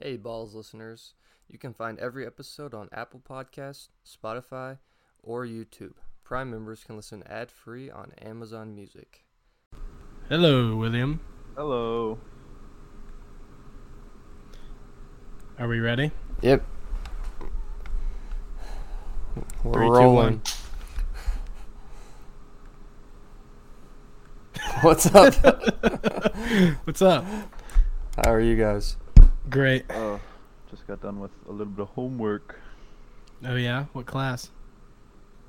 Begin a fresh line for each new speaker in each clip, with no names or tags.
Hey, Balls listeners. You can find every episode on Apple Podcasts, Spotify, or YouTube. Prime members can listen ad free on Amazon Music.
Hello, William.
Hello.
Are we ready?
Yep. We're
Three, two,
rolling. What's up?
What's up?
How are you guys?
Great.
Oh, just got done with a little bit of homework.
Oh yeah, what class?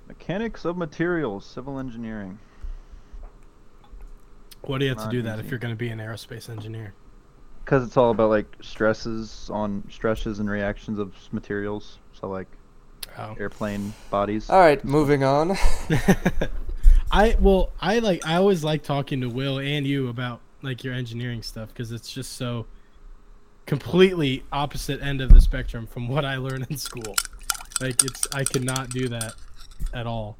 Mechanics of materials, civil engineering.
What do you have to
Not
do that if
easy.
you're going to be an aerospace engineer?
Because it's all about like stresses on stresses and reactions of s- materials. So like
Oh.
airplane bodies.
All right, moving on.
I well, I like I always like talking to Will and you about like your engineering stuff because it's just so completely opposite end of the spectrum from what I learned in school. Like it's I could not do that at all.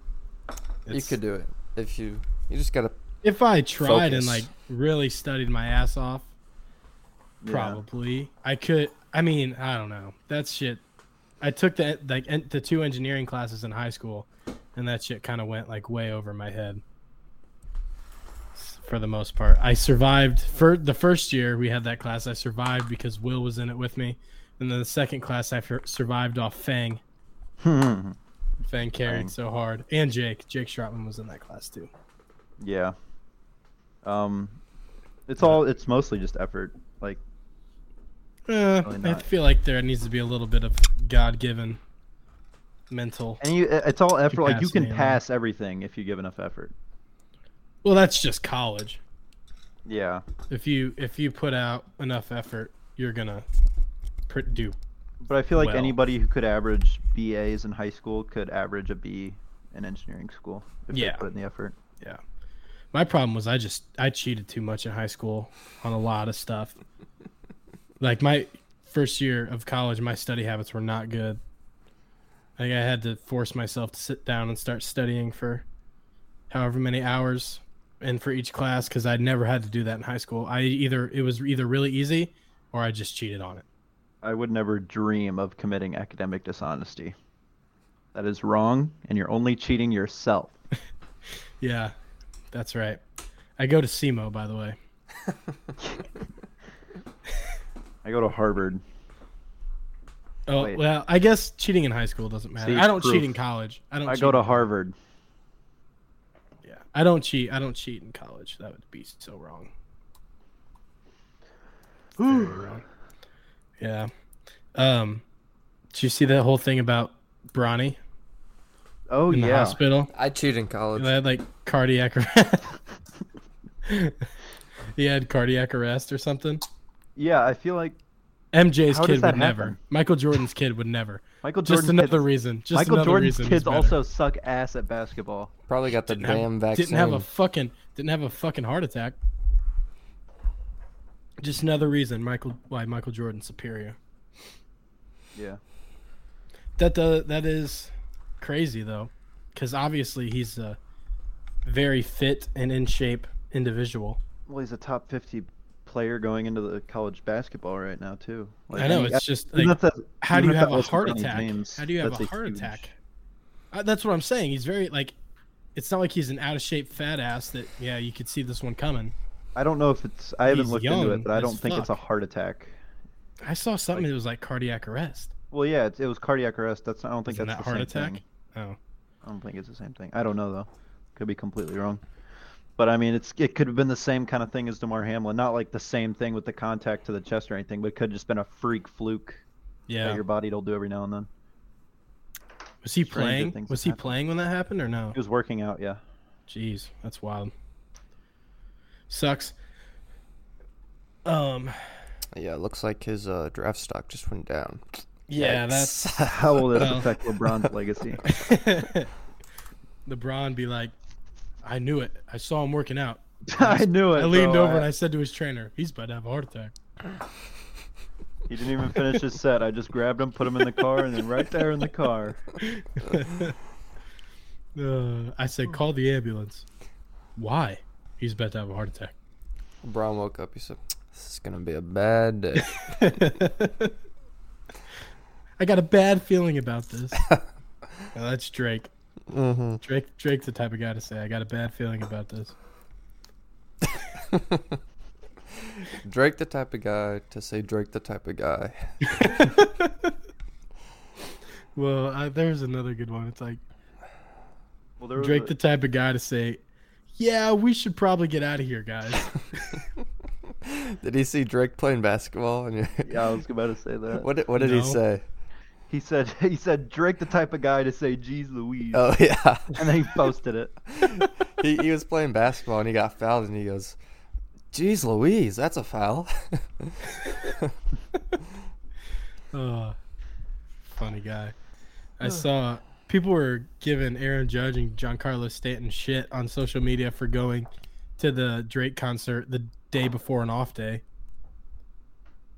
You
It's-
could do it if you. You just gotta.
if I tried and
Focus.
like really studied my ass off,
Yeah.
Probably. I could. I mean, I don't know. That shit. I took the like en- the two engineering classes in high school, and that shit kind of went like way over my head. s- For the most part, I survived. For the first year we had that class, I survived because Will was in it with me, and then the second class I fur- survived off Fang. Fang carried
Fang.
so hard, and Jake. Jake Shropman was in that class too.
yeah. Um, it's all. It's mostly just effort. Like
Uh,
Probably
I
not.
feel like there needs to be a little bit of God-given mental
and you. It's all effort. Like you
Capacity,
can
yeah.
pass everything if you give enough effort.
Well, that's just college.
Yeah.
If you if you put out enough effort, you're gonna pr- do.
But I feel like
Well.
anybody who could average BAs in high school could average a B in engineering school if
Yeah.
they put in the effort.
My problem was I just I cheated too much in high school on a lot of stuff. like my first year of college, my study habits were not good. Like I had to force myself to sit down and start studying for however many hours and for each class because I never had to do that in high school. I either it was either really easy or I just cheated on it.
I would never dream of committing academic dishonesty. That is wrong, and you're only cheating yourself.
Yeah, that's right. I go to SEMO, by the way.
I go to Harvard.
Oh
Wait.
well, I guess cheating in high school doesn't matter.
See,
I don't
proof.
cheat in college. I don't.
I
cheat.
go to Harvard.
Yeah, I don't cheat. I don't cheat in college. That would be so wrong. Very wrong. Yeah. Um, did you see that whole thing about Bronny
Oh
in the
yeah.
hospital?
I cheat in college.
He had like cardiac arrest. he had cardiac arrest or something.
Yeah, I feel like
MJ's
How does
kid
that
would never.
happen?
Michael Jordan's kid would never.
Michael
Just
Jordan's
another
kids,
reason. Just
Michael
another
Jordan's
reason he's
kids
better.
also suck ass at basketball.
Probably got the
didn't have-
damn vaccine.
Didn't have a fucking didn't have a fucking heart attack. Just another reason Michael why Michael Jordan's superior.
Yeah.
That uh, that is crazy though, because obviously he's a very fit and in shape individual.
Well, he's a top 50 player going into the college basketball right now too. Like,
I know
and he-
it's just
even
like
if that-
how do
even
you
if
have
that
a
wasn't
heart
Bronny
attack?
James,
how do you have
that's
a heart
huge-
attack? Uh, that's what I'm saying. He's very like, it's not like he's an out of shape fat ass that yeah you could see this one coming.
I don't know if it's. I haven't
He's
looked into
young
it, but I
as
don't think it's a
fuck.
heart attack.
I saw something that was like cardiac arrest.
Well, yeah, it, it was cardiac arrest. That's. I don't think
Isn't
that's
that
the same
heart attack?
thing.
Oh.
I don't think it's the same thing. I don't know though. Could be completely wrong. But I mean, it's it could have been the same kind of thing as Demar Hamlin. Not like the same thing with the contact to the chest or anything, but it could have just been a freak fluke
Yeah.
that your body will do every now and then.
Was he
Stranger
playing?
things
Was
have
he
happened.
playing when that happened or no?
He was working out, yeah.
Jeez, that's wild. Sucks. Um.
Yeah, it looks like his uh, draft stock just went down.
Yeah,
How will this
Well.
affect LeBron's legacy?
that's. LeBron be like, I knew it. I saw him working out.
I knew it.
I leaned
bro.
over and I said to his trainer, "He's about to have a heart attack."
He didn't even finish his set. I just grabbed him, put him in the car, and then right there in the car.
Uh, I said, "Call the ambulance." Why? He's about to have a heart attack.
Brown woke up. He said, This is gonna be a bad day.
I got a bad feeling about this. Oh, that's Drake.
mm-hmm.
Drake Drake's the type of guy to say, I got a bad feeling about this.
Drake, the type of guy to say Drake, the type of guy.
Well, I, there's another good one. It's like
Well, there was
Drake
a-
the type of guy to say, Yeah, we should probably get out of here, guys.
Did he see Drake playing basketball? And you're-
yeah, I was about to say that.
What did, what did he
No.
say?
He said he said Drake the type of guy to say "Geez Louise,"
Oh yeah,
and then he posted it.
he he was playing basketball and he got fouled and he goes, "Jeez Louise, that's a foul."
Oh, funny guy. I saw people were giving Aaron Judge and Giancarlo Stanton shit on social media for going to the Drake concert the day before an off day.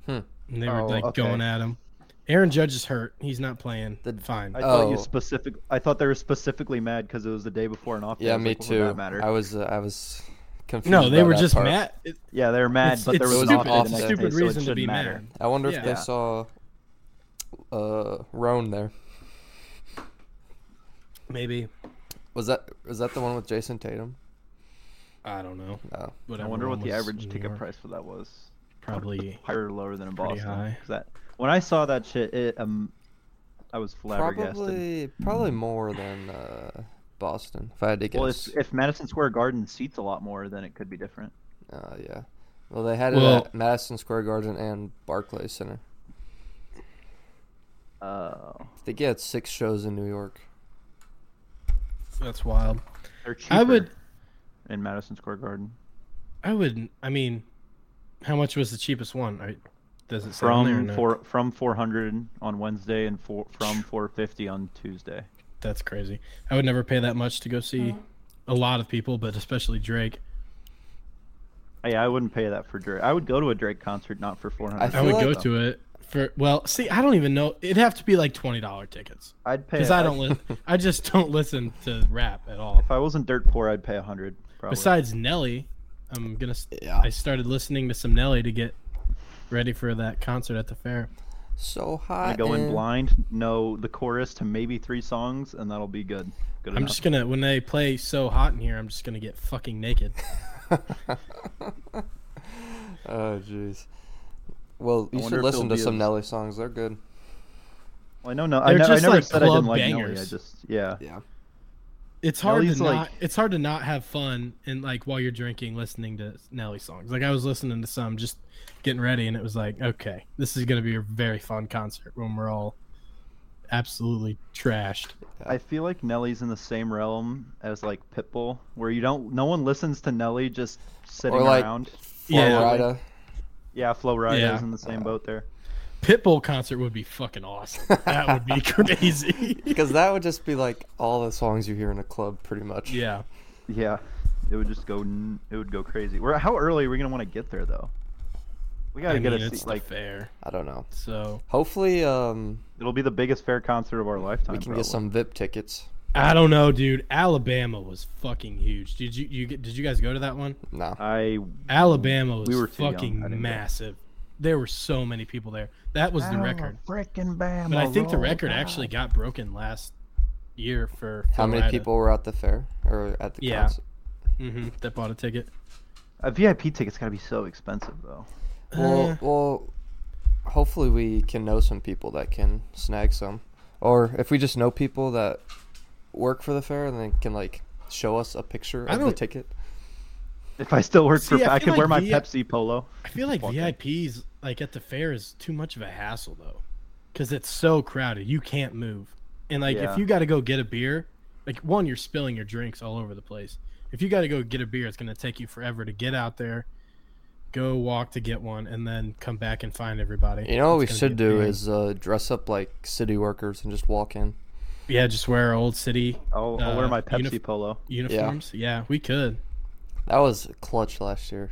Hmm.
And they were
Oh,
like
okay.
going at him. Aaron Judge is hurt. He's not playing.
The-
Fine.
I thought
Oh.
you specific. I thought they were specifically mad because it was the day before an off. day. I
yeah,
was
me
like, well,
too.
That matter.
I was uh, I was confused.
no, they
by
were
that
just
part.
mad. It-
yeah, they were mad,
it's,
but
it's
there was
stupid.
an off
it's
the
day the
a
next
stupid
day, so it
reason to
shouldn't
be
matter.
mad.
I wonder if they
Yeah.
saw uh Roan there.
Maybe.
Was that was that the one with Jason Tatum?
I don't know.
No.
I
Whatever
wonder what
one
the
was
average
in
ticket
New York.
price for that was.
Probably.
Higher or lower than in
Pretty
Boston?
high.
'Cause That, when I saw that shit, it um, I was flabbergasted.
Probably probably more than uh, Boston. If I had to guess.
Well, if, if Madison Square Garden seats a lot more, then it could be different.
Uh, yeah. Well, they had it
Well-
at Madison Square Garden and Barclays Center.
Uh,
They get six shows in New York.
That's wild.
they're cheaper
I would.
in Madison Square Garden.
I wouldn't. I mean, how much was the cheapest one? I, does it say on there or
from
no?
four from 400 on Wednesday and four, from 450 on Tuesday.
That's crazy. I would never pay that much to go see a lot of people, but especially Drake.
Hey, I wouldn't pay that for Drake. I would go to a Drake concert, not for 400.
I
I would
feel
go
like-
to it for. Well, see, I don't even know. It'd have to be like twenty dollar tickets
I'd pay.
because I don't. Li- I just don't listen to rap at all.
If I wasn't dirt poor, I'd pay 100. Probably.
Besides Nelly, I'm gonna. s-
Yeah.
I started listening to some Nelly to get ready for that concert at the fair.
So
I
hot.
go in
and-
blind, know the chorus to maybe three songs, and that'll be good. Good
I'm
enough.
just gonna when they play so hot in here, I'm just gonna get fucking naked.
oh jeez. Well, you should
wonder if
listen
they'll
to
be
some
as-
Nelly songs. They're good.
Well, I know. No, I,
They're
ne- I
just
never
like
said I didn't
club
like Nelly. I
bangers.
just yeah.
Yeah.
It's hard
Nelly's
to
like-
not. It's hard to not have fun and like while you're drinking, listening to Nelly songs. Like I was listening to some just getting ready, and it was like, okay, this is gonna be a very fun concert when we're all absolutely trashed.
I feel like Nelly's in the same realm as like Pitbull, where you don't. No one listens to Nelly just sitting
Or like
around.
Yeah.
Florida.
Yeah, Flo Rida's
Yeah.
in the same boat there.
Pitbull concert would be fucking awesome. That would be crazy.
Because that would just be like all the songs you hear in a club, pretty much.
yeah,
Yeah, it would just go. n- It would go crazy. Where how early are we gonna want to get there though?
I
We gotta
mean
get a
it's
seat.
like
Like
fair,
I don't know.
so
Hopefully, um,
it'll be the biggest fair concert of our lifetime.
we can
probably.
get some VIP tickets.
I don't know, dude. Alabama was fucking huge. Did you you get- did you guys go to that one?
No.
I
Alabama was
We were too young. I
fucking
didn't go.
massive. There were so many people there. That was the record.
Freaking bam!
But I think the record actually got broken last year for
How many
Florida.
people were at the fair or at the
Yeah.
concert?
Mhm, that bought a ticket.
A VIP ticket's gotta be so expensive though.
Uh.
Well, well, hopefully we can know some people that can snag some, or if we just know people that work for the fair and then can like show us a picture
I
of the
don't-
ticket.
If I still worked
See,
for,
I
I,
feel
could wear
like
my
V-
Pepsi polo.
I feel like
Walk in.
VIPs like at the fair is too much of a hassle though, because it's so crowded. You can't move, and like
Yeah.
if you got to go get a beer, like one you're spilling your drinks all over the place. If you got to go get a beer, it's gonna take you forever to get out there, go walk to get one, and then come back and find everybody.
You know what we
It's gonna
should
be a
do
pain.
is uh, dress up like city workers and just walk in.
yeah, just wear our old city
I'll, I'll wear
Uh,
my Pepsi
unif-
polo.
uniforms. Yeah, we could.
That was clutch last year.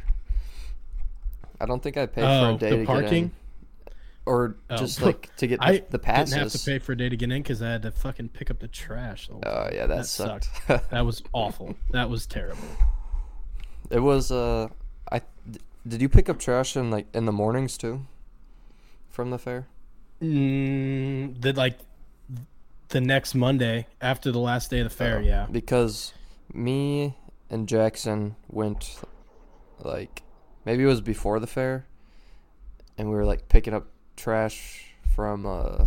I don't think I paid for
Oh,
a day to
the
get in,
parking?
or
Oh.
just like to get the,
I
the passes.
Didn't have to pay for a day to get in because I had to fucking pick up the trash. the whole
Oh yeah, that,
That
sucked.
That was awful. That was terrible.
it was uh, I Did you pick up trash in like in the mornings too? From the fair?
Mm, the like the next Monday after the last day of the fair.
Oh,
yeah.
Because me and Jackson went like maybe it was before the fair and we were like picking up trash from uh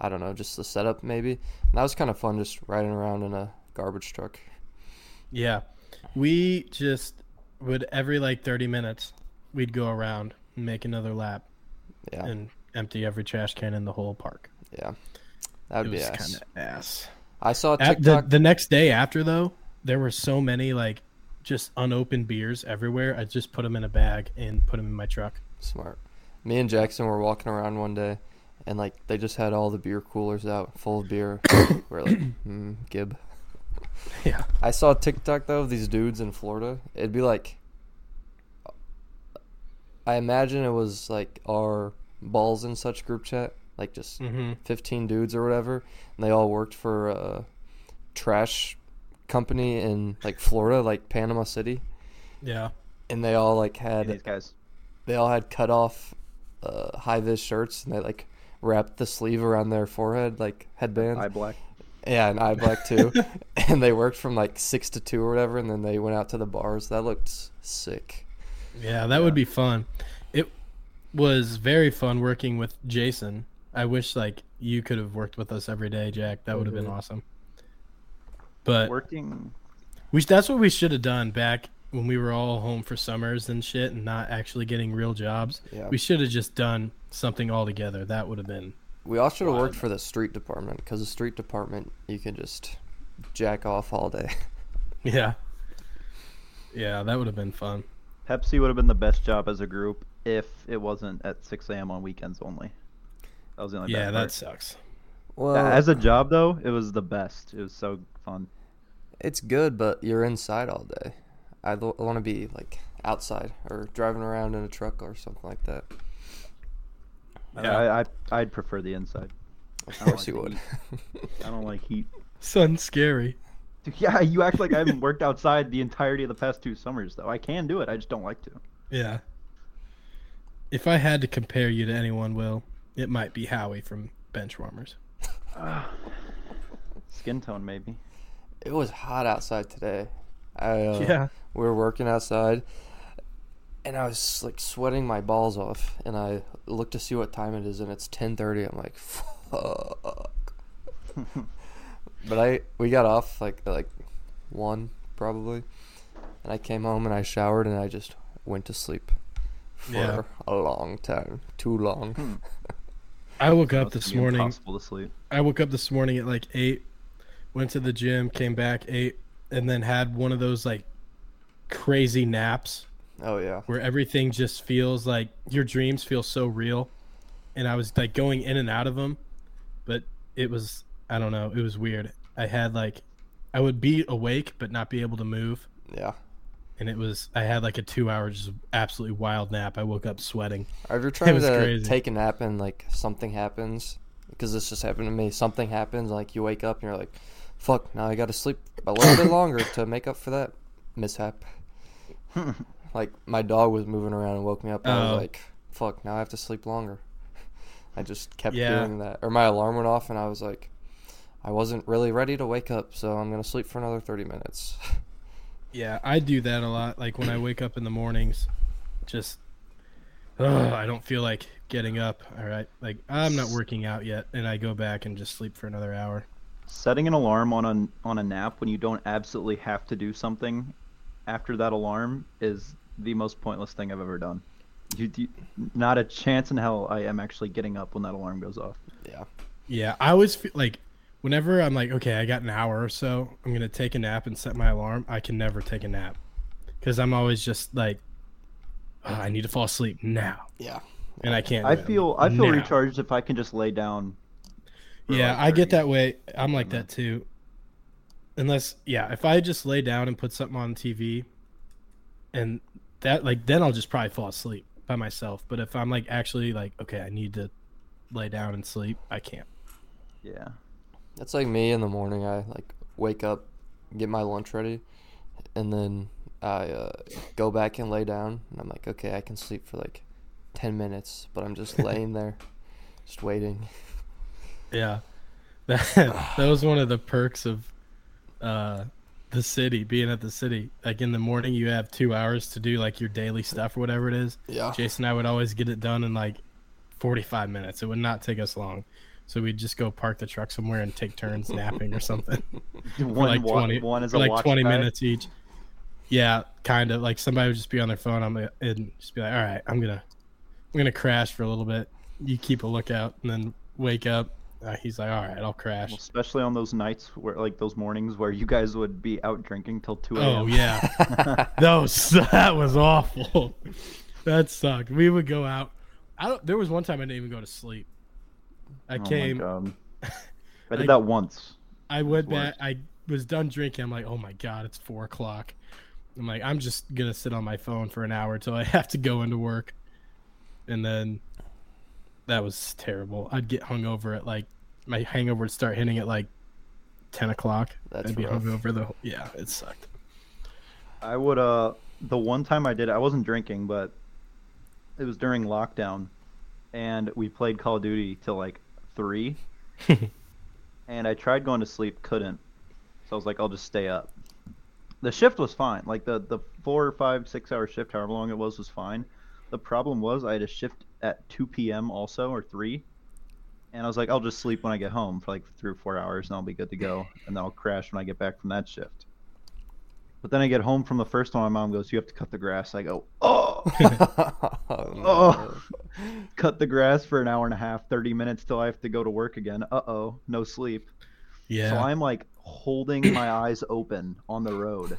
I don't know, just the setup maybe. And that was kind of fun just riding around in a garbage truck.
Yeah. We just would every like 30 minutes, we'd go around and make another lap
Yeah.
and empty every trash can in the whole park.
yeah. That
it
would be
was
ass.
kind of ass.
I saw a
At the,
TikTok
the next day after, though, there were so many like just unopened beers everywhere. I just put them in a bag and put them in my truck.
Smart. Me and Jackson were walking around one day, and like they just had all the beer coolers out full of beer. we're like, mm, Gib.
Yeah.
I saw a TikTok though of these dudes in Florida. It'd be like, I imagine it was like our balls and such group chat, like just
Mm-hmm.
15 dudes or whatever, and they all worked for a trash company in like Florida, like Panama City,
Yeah.
and they all like had
These guys.
they all had cut off uh, high vis shirts and they like wrapped the sleeve around their forehead like headbands
Eye black.
yeah and eye black too and they worked from like six to two or whatever and then they went out to the bars that looked s- sick
Yeah, that would be fun. It was very fun working with Jason. I wish like you could have worked with us every day, Jack. That would have
Mm-hmm.
been
Mhm.
awesome. But
Working.
we that's what we should have done back when we were all home for summers and shit and not actually getting real jobs.
yeah
We
we,
should have just done something all together. That would have been
all should have worked for the street department because the street department you can just jack off all day
Yeah. Yeah, that would have been fun.
Pepsi would have been the best job as a group if it wasn't at 6 a.m. on weekends only. That was the only. bad
yeah,
part.
that sucks.
well
As a job though, it was the best. It was so fun.
it's good but you're inside all day i want to be like outside or driving around in a truck or something like that
Yeah.
I, I I'd prefer the inside.
of
I
course
like
you
the
would
I don't like heat.
Sun's scary.
Dude, yeah, you act like I haven't worked outside the entirety of the past two summers though. I can do it. I just don't like to.
Yeah. If I had to compare you to anyone, Will, it might be Howie from Benchwarmers.
Skin tone maybe.
It was hot outside today. I, uh, We were working outside, and I was like sweating my balls off. And I looked to see what time it is, and it's ten thirty. I'm like, fuck. but I we got off like at, like one probably, and I came home and I showered and I just went to sleep for
Yeah.
a long time, too long.
I woke
It's
up this morning.
Impossible to sleep.
I woke up this morning at like eight, went to the gym, came back eight, and then had one of those like crazy naps
oh yeah,
where everything just feels like your dreams feel so real. And I was like going in and out of them, but it was, I don't know, it was weird. I had like, I would be awake but not be able to move.
yeah.
and it was I had like a two hour just absolutely wild nap. I woke up sweating.
If you're trying
was
to
crazy.
take a nap and like something happens, because this just happened to me, something happens, like you wake up and you're like, "Fuck!" Now I got to sleep a little bit longer to make up for that mishap. like my dog was moving around and woke me up. And I
Oh.
was like, "Fuck!" Now I have to sleep longer. I just kept
Yeah.
doing that, or my alarm went off, and I was like, "I wasn't really ready to wake up, so I'm gonna sleep for another thirty minutes."
Yeah, I do that a lot. Like when I wake up in the mornings, just ugh, I don't feel like getting up. All right, like I'm not working out yet, and I go back and just sleep for another hour.
Setting an alarm on a on a nap when you don't absolutely have to do something after that alarm is the most pointless thing I've ever done. You, you, not a chance in hell I am actually getting up when that alarm goes off.
yeah,
Yeah, I always feel like whenever I'm like, okay, I got an hour or so, I'm gonna take a nap and set my alarm. I can never take a nap because I'm always just like, "Ah, I need to fall asleep now,
yeah.
and I can't.
I
do it
feel I feel
now.
recharged if I can just lay down. for,
Yeah,
like,
I get
30
that way. I'm like
man.
that too. Unless, yeah, if I just lay down and put something on TV, and that like then I'll just probably fall asleep by myself. But if I'm like actually like okay, I need to lay down and sleep, I can't.
Yeah.
It's like me in the morning. I like wake up, get my lunch ready, and then I uh, go back and lay down, and I'm like, okay, I can sleep for like ten minutes, but I'm just laying there, just waiting.
Yeah. That that was one of the perks of uh the city, being at the city. Like in the morning you have two hours to do like your daily stuff or whatever it is.
Yeah.
Jason and I would always get it done in like forty five minutes. It would not take us long. So we'd just go park the truck somewhere and take turns napping or something.
One,
for like
wa-
twenty
one is
for
a
like
watch
twenty
guy.
minutes each. Yeah, kind of like somebody would just be on their phone. I'm gonna- and just be like, all right, I'm gonna I'm gonna crash for a little bit. You keep a lookout and then wake up. Uh, he's like, all right, I'll crash.
Especially on those nights where, like, those mornings where you guys would be out drinking till two a.m.
Oh yeah, those that was awful. That sucked. We would go out. I don't. There was one time I didn't even go to sleep. I
Oh my
came.
God. I did
Like-
that once.
I went
That's
back. I was done drinking. I'm like, oh my god, it's four o'clock. I'm like, I'm just gonna sit on my phone for an hour till I have to go into work, and then that was terrible. I'd get hungover at like my hangover would start hitting at like ten o'clock.
That's
I'd be
rough.
hungover the whole, yeah. It sucked.
I would uh the one time I did I wasn't drinking, but it was during lockdown and we played Call of Duty till like three. and I tried going to sleep, couldn't. So I was like, I'll just stay up. The shift was fine. Like the, the four or five, six hour shift, however long it was, was fine. The problem was I had a shift at two PM also or three. And I was like, I'll just sleep when I get home for like three or four hours and I'll be good to go. And then I'll crash when I get back from that shift. But then I get home from the first one. My mom goes, "You have to cut the grass." I go, "Oh,
oh,
cut the grass for an hour and a half, thirty minutes till I have to go to work again." Uh oh, no sleep.
Yeah.
So I'm like holding my eyes open on the road,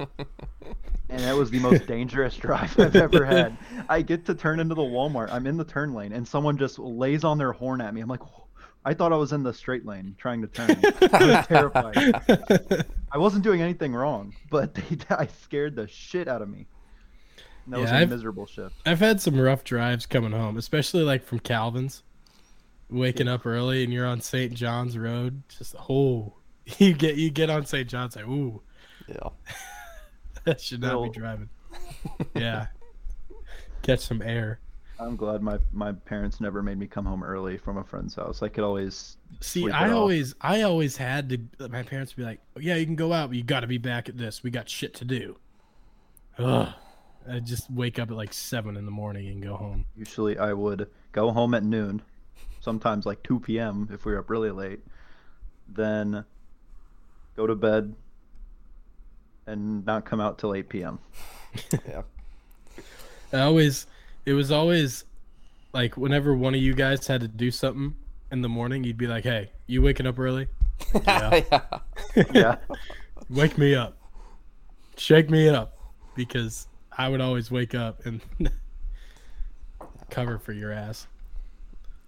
and that was the most dangerous drive I've ever had. I get to turn into the Walmart. I'm in the turn lane, and someone just lays on their horn at me. I'm like. I thought I was in the straight lane trying to turn. I was terrified. I wasn't doing anything wrong, but they, I scared the shit out of me. And that was
Yeah,
a
I've-
miserable shift.
I've had some rough drives coming home, especially like from Calvin's. Waking up early and you're on St. John's Road, just oh, you get you get on St. John's like ooh,
yeah.
that should not
Little-
be driving. yeah, catch some air.
I'm glad my, my parents never made me come home early from a friend's house. I could always
See,
Sleep it
I
off.
always I always had to. My parents would be like, oh, yeah, you can go out, but you got to be back at this. We got shit to do. Ugh. I just wake up at like seven in the morning and go home.
usually I would go home at noon, sometimes like 2 p.m. if we were up really late, then go to bed and not come out till 8 p.m.
Yeah.
I always, it was always like whenever one of you guys had to do something in the morning, you'd be like, hey, you waking up early? Yeah.
yeah.
Yeah.
Wake me up. Shake me up. Because I would always wake up and cover for your ass.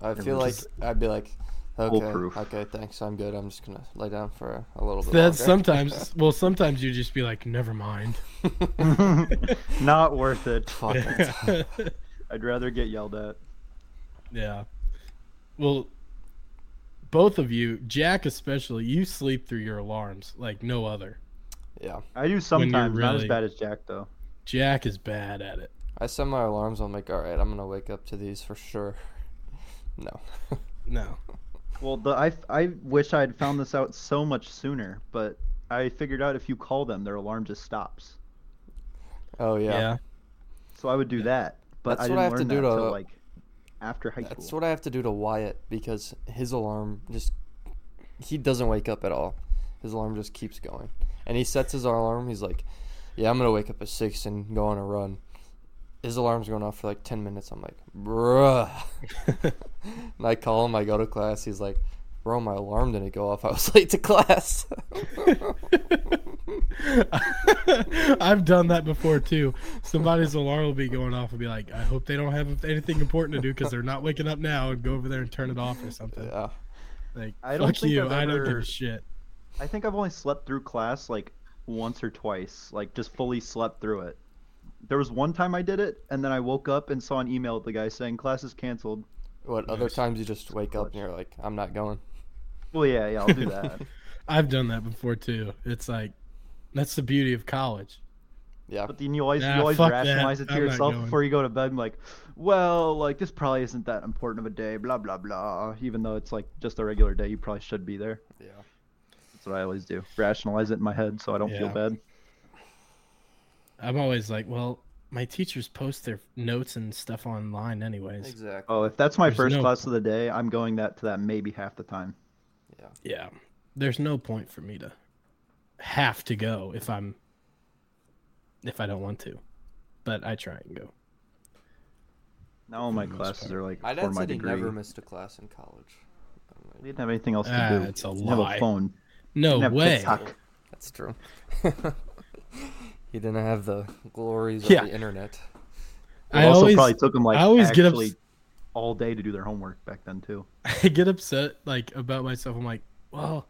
I feel like
just
I'd be like, okay,
foolproof.
okay, thanks, I'm good. I'm just gonna lay down for a little bit.
That's
longer.
sometimes, well, sometimes you'd just be like, never mind.
not worth it.
Fuck it.
I'd rather get yelled at.
yeah. Well, both of you, Jack especially, you sleep through your alarms like no other.
Yeah.
I do sometimes, not as
really-
bad as Jack though.
Jack is bad at it.
I set my alarms. I'm like, all right, I'm gonna wake up to these for sure. No.
No.
Well, the, I, I wish I had found this out so much sooner, but I figured out if you call them, their alarm just stops.
Oh yeah.
yeah.
So I would do that, but
That's
I
what
didn't
I have to
learn
do
that
to-
till like after high
That's
school.
what I have to do to Wyatt because his alarm just he doesn't wake up at all. His alarm just keeps going. And he sets his alarm, he's like, Yeah, I'm gonna wake up at six and go on a run. His alarm's going off for like ten minutes. I'm like, bruh And I call him, I go to class, he's like, Bro, my alarm didn't go off. I was late to class.
I've done that before too. Somebody's alarm will be going off and be like, "I hope they don't have anything important to do because they're not waking up now." And go over there and turn it off or something.
yeah.
Like,
I don't
fuck
think
you!
I've
I don't give
ever-
a shit.
I think I've only slept through class like once or twice, like just fully slept through it. There was one time I did it, and then I woke up and saw an email of the guy saying class is canceled.
What other
Nice.
times you just wake up and you're like, I'm not going.
Well, yeah, yeah, I'll do that.
I've done that before too. It's like, that's the beauty of college.
Yeah.
But then you always
Nah,
you always
fuck that.
rationalize it to
I'm not
yourself
going.
before you go to bed. And like, well, like this probably isn't that important of a day. Blah blah blah. Even though it's like just a regular day, you probably should be there.
Yeah.
That's what I always do. Rationalize it in my head so I don't feel
Yeah.
bad.
I'm always like, well, my teachers post their notes and stuff online, anyways.
Exactly.
Oh, if that's my
There's
first
no-
class of the day, I'm going that to that maybe half the time.
Yeah, there's no point for me to have to go if I'm if I don't want to, but I try and go.
Now all my
the most
classes
part.
are like
My
for
dad
my
said he
degree.
never missed a class in college. I'm like,
We didn't have anything else to
Ah,
do.
it's a
We didn't Have
lie.
a phone. We
No
didn't have
way.
TikTok.
That's true. he didn't have the glories
Yeah.
of the internet.
I
also
always
probably took them like
I always get
actually
ups-
all day to do their homework back then too.
I get upset like about myself. I'm like, well,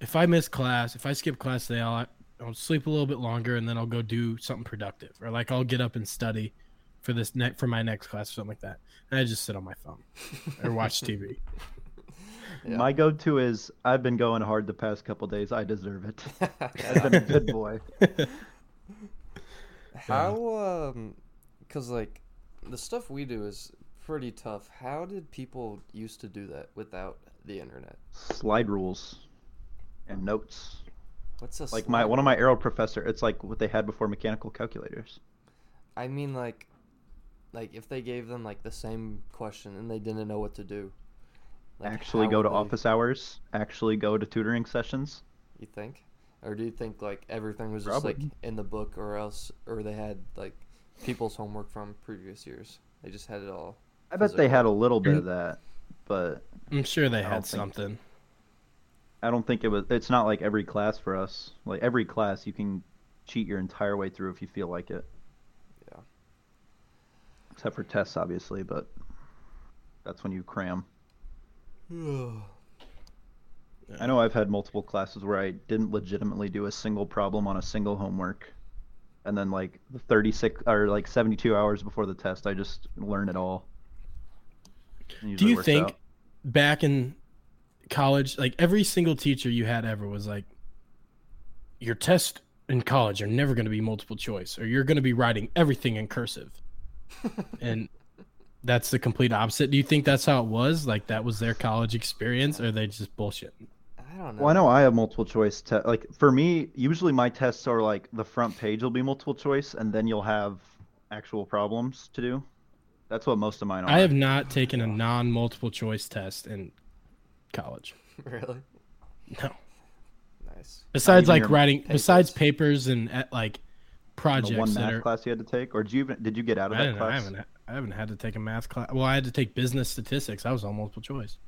if I miss class, if I skip class today, I'll I'll sleep a little bit longer and then I'll go do something productive, or like I'll get up and study for this next for my next class or something like that. And I just sit on my phone or watch TV.
Yeah.
My go-to is I've been going hard the past couple days. I deserve it. I've
Yeah.
been a good boy.
How um, because like the stuff we do is pretty tough. How did people used to do that without the internet?
Slide rules and notes.
What's this?
Like my one of my aero professor, it's like what they had before mechanical calculators.
I mean, like, like if they gave them like the same question and they didn't know what to do. like,
actually
how
go
would
to
they-
office hours. Actually go to tutoring sessions.
You think, or do you think like everything was just
Probably.
like in the book, or else, or they had like people's homework from previous years? They just had it all.
I bet they
Physical.
had a little bit of that, but
I'm sure they
don't
had
think-
something.
I don't think it was. It's not like every class for us. Like every class, you can cheat your entire way through if you feel like it.
Yeah.
Except for tests, obviously, but that's when you cram. I know I've had multiple classes where I didn't legitimately do a single problem on a single homework, and then like the 36 or like 72 hours before the test, I just learn it all. It
Do
usually
you
works
think
out.
back in college, like every single teacher you had ever was like, your test in college are never going to be multiple choice, or you're going to be writing everything in cursive, and that's the complete opposite. Do you think that's how it was? Like that was their college experience, or are they just bullshit?
I don't know.
Well, I know I have multiple choice. Te- like for me, usually my tests are like the front page will be multiple choice, and then you'll have actual problems to do. That's what most of mine are.
I have not taken a non-multiple choice test in college.
really
No.
nice.
Besides,
even
like
your
writing,
papers.
besides papers and uh, like
the one
projects that
math
are
class you had to take, or did you even did you get out of
I,
that
didn't, I
class?
haven't. I haven't had to take a math class. Well, I had to take business statistics. I was on multiple choice.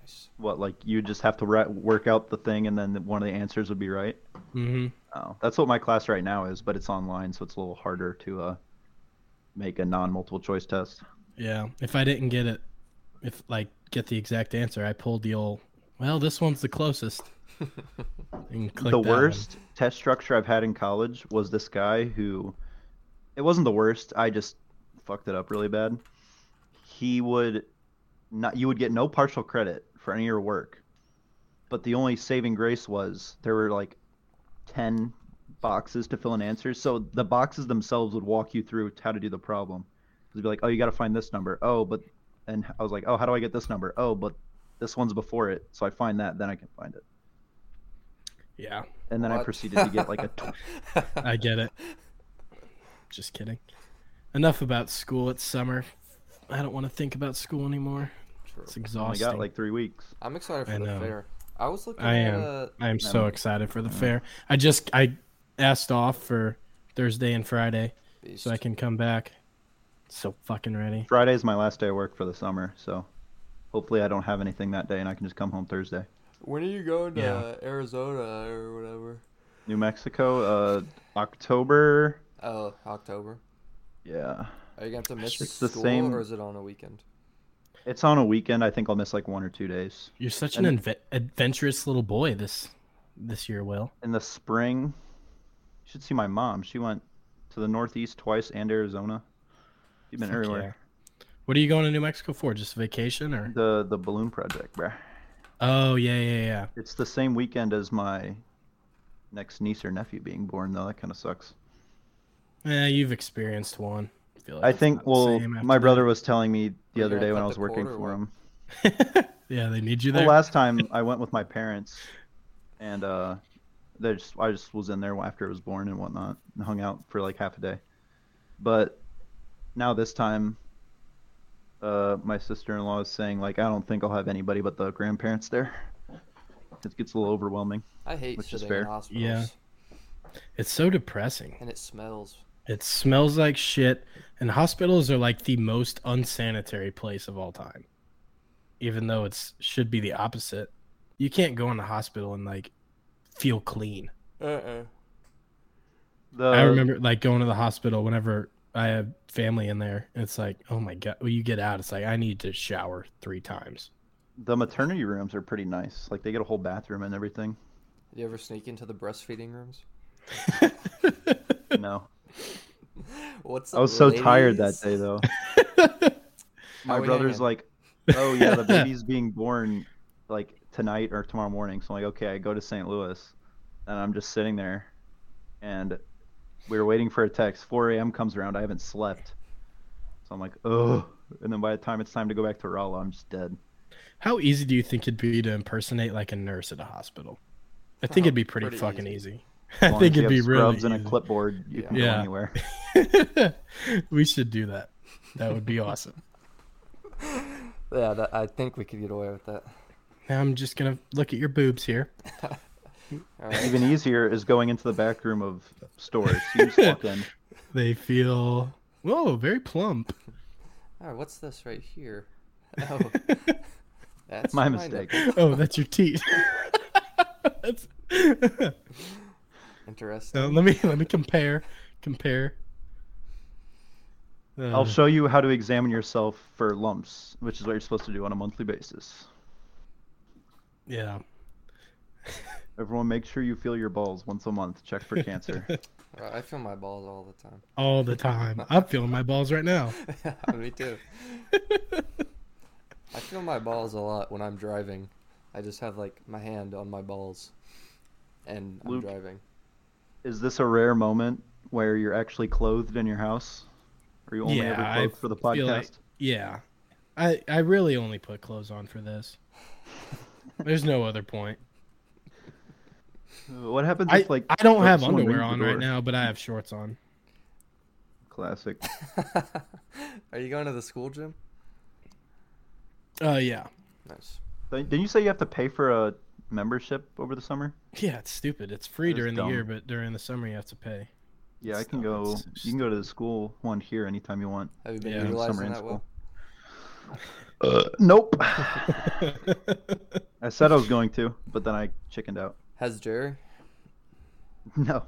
Nice.
What like you just have to ri- work out the thing, and then one of the answers would be right.
Mm-hmm.
Oh, that's what my class right now is, but it's online, so it's a little harder to uh, make a non-multiple choice test.
Yeah. If I didn't get it, if like get the exact answer, I pulled the old. Well, this one's the closest. And click
the
that one.
worst test structure I've had in college was this guy who it wasn't the worst, I just fucked it up really bad. He would not you would get no partial credit for any of your work. But the only saving grace was there were like 10 boxes to fill in answers. So the boxes themselves would walk you through how to do the problem. It'd be like, "Oh, you got to find this number." Oh, but and I was like, "Oh, how do I get this number?" Oh, but this one's before it, so I find that, then I can find it.
Yeah,
And then I
What?
proceeded to get like a tw-
I get it. Just kidding. Enough about school. It's summer. I don't want to think about school anymore.
True.
It's
only
exhausting.
got like three weeks.
I'm excited for
I
the
know.
fair. I was looking
I
at
am.
uh,
I am so
Um,
excited for the fair. I just I asked off for Thursday and Friday
Beast.
so I can come back. So fucking ready.
Friday's my last day of work for the summer, so hopefully I don't have anything that day and I can just come home Thursday.
When are you going to
Yeah.
Arizona or whatever?
New Mexico, uh, October.
Oh, October.
Yeah,
Are you going to have to miss
It's the
school
same-
or is it on a weekend?
it's on a weekend. I think I'll miss like one or two days.
You're such an inve- adventurous little boy this this year, Will.
In the spring, you should see my mom. She went to the Northeast twice and Arizona. She's been
Fuck
everywhere.
yeah. What are you going to New Mexico for? Just vacation or?
The the balloon project, bruh.
Oh yeah, yeah, yeah.
It's the same weekend as my next niece or nephew being born, though. That kind of sucks.
Eh, you've experienced one. feel like
I
it's
think.
not the
Well,
same after
my
that.
brother was telling me the
Yeah,
other
I
day when
thought
I was
the
working
quarter
for
went-
him.
yeah, they need you
Well,
there.
last time I went with my parents, and uh, they just I just was in there after it was born and whatnot, and hung out for like half a day. But now this time, uh, my sister-in-law is saying like I don't think I'll have anybody but the grandparents there. It gets a little overwhelming.
I hate
Which is
sitting
fair.
in hospitals.
Yeah. it's so depressing.
And it smells.
It smells like shit, and hospitals are like the most unsanitary place of all time. Even though it's should be the opposite. You can't go in the hospital and like feel clean.
Uh-uh.
The,
I remember like going to the hospital whenever I have family in there. It's like, oh my god, when you get out, it's like I need to shower three times.
the maternity rooms are pretty nice. Like they get a whole bathroom and everything.
You ever sneak into the breastfeeding rooms?
No,
What's
I
up,
was so tired that
ladies?
day though.
How
my
we
brother's
hanging?
like, "Oh yeah, the baby's being born like tonight or tomorrow morning." So I'm like, "Okay, I go to St. Louis, and I'm just sitting there, and we were waiting for a text. 4 a.m. comes around, I haven't slept, so I'm like, "Oh," and then by the time it's time to go back to Rolla, I'm just dead.
How easy do you think it'd be to impersonate like a nurse at a hospital? I think it'd be pretty,
Pretty
fucking
easy.
easy.
As
I
long
think
as you
it'd
have
be really
scrubs and a
easy.
clipboard. You can
Yeah.
go anywhere.
we should do that. That would be awesome.
Yeah, that, I think we could get away with that.
Now I'm just gonna look at your boobs here.
All right.
Even easier is going into the back room of stores. You just walk in.
They feel whoa, very plump.
All right, what's this right here? Oh, that's
My
nipple.
mistake.
Oh, that's your teeth. That's-
Interesting.
Now, let me let me compare compare. Uh,
I'll show you how to examine yourself for lumps, which is what you're supposed to do on a monthly basis.
yeah.
Everyone, make sure you feel your balls once a month. Check for cancer.
Uh, I feel my balls all the time.
all the time. I'm feeling my balls right now.
Me too. I feel my balls a lot when I'm driving. I just have like my hand on my balls, and I'm
Luke.
driving.
Is this a rare moment where you're actually clothed in your house? Are you only
Yeah,
ever
I
clothed for the
feel like-
podcast?
Yeah. I I really only put clothes on for this. There's no other point.
Uh, What happens
I
if like
I don't
like,
have
someone
underwear
rings
on
the
right
door?
now, but I have shorts on.
Classic.
Are you going to the school gym?
Oh yeah.
Nice.
Th- Didn't you say you have to pay for a membership over the summer?
Yeah, it's stupid. It's free
That
during
is
the year,
dumb.
but during the summer you have to pay.
Yeah, I
It's
can
not-
go.
it's
You can go to the school one here anytime you want.
Have you been
Yeah, I'm
utilizing
summer in
that well?
Uh, nope. I said I was going to, but then I chickened out.
Has Jerry?
No,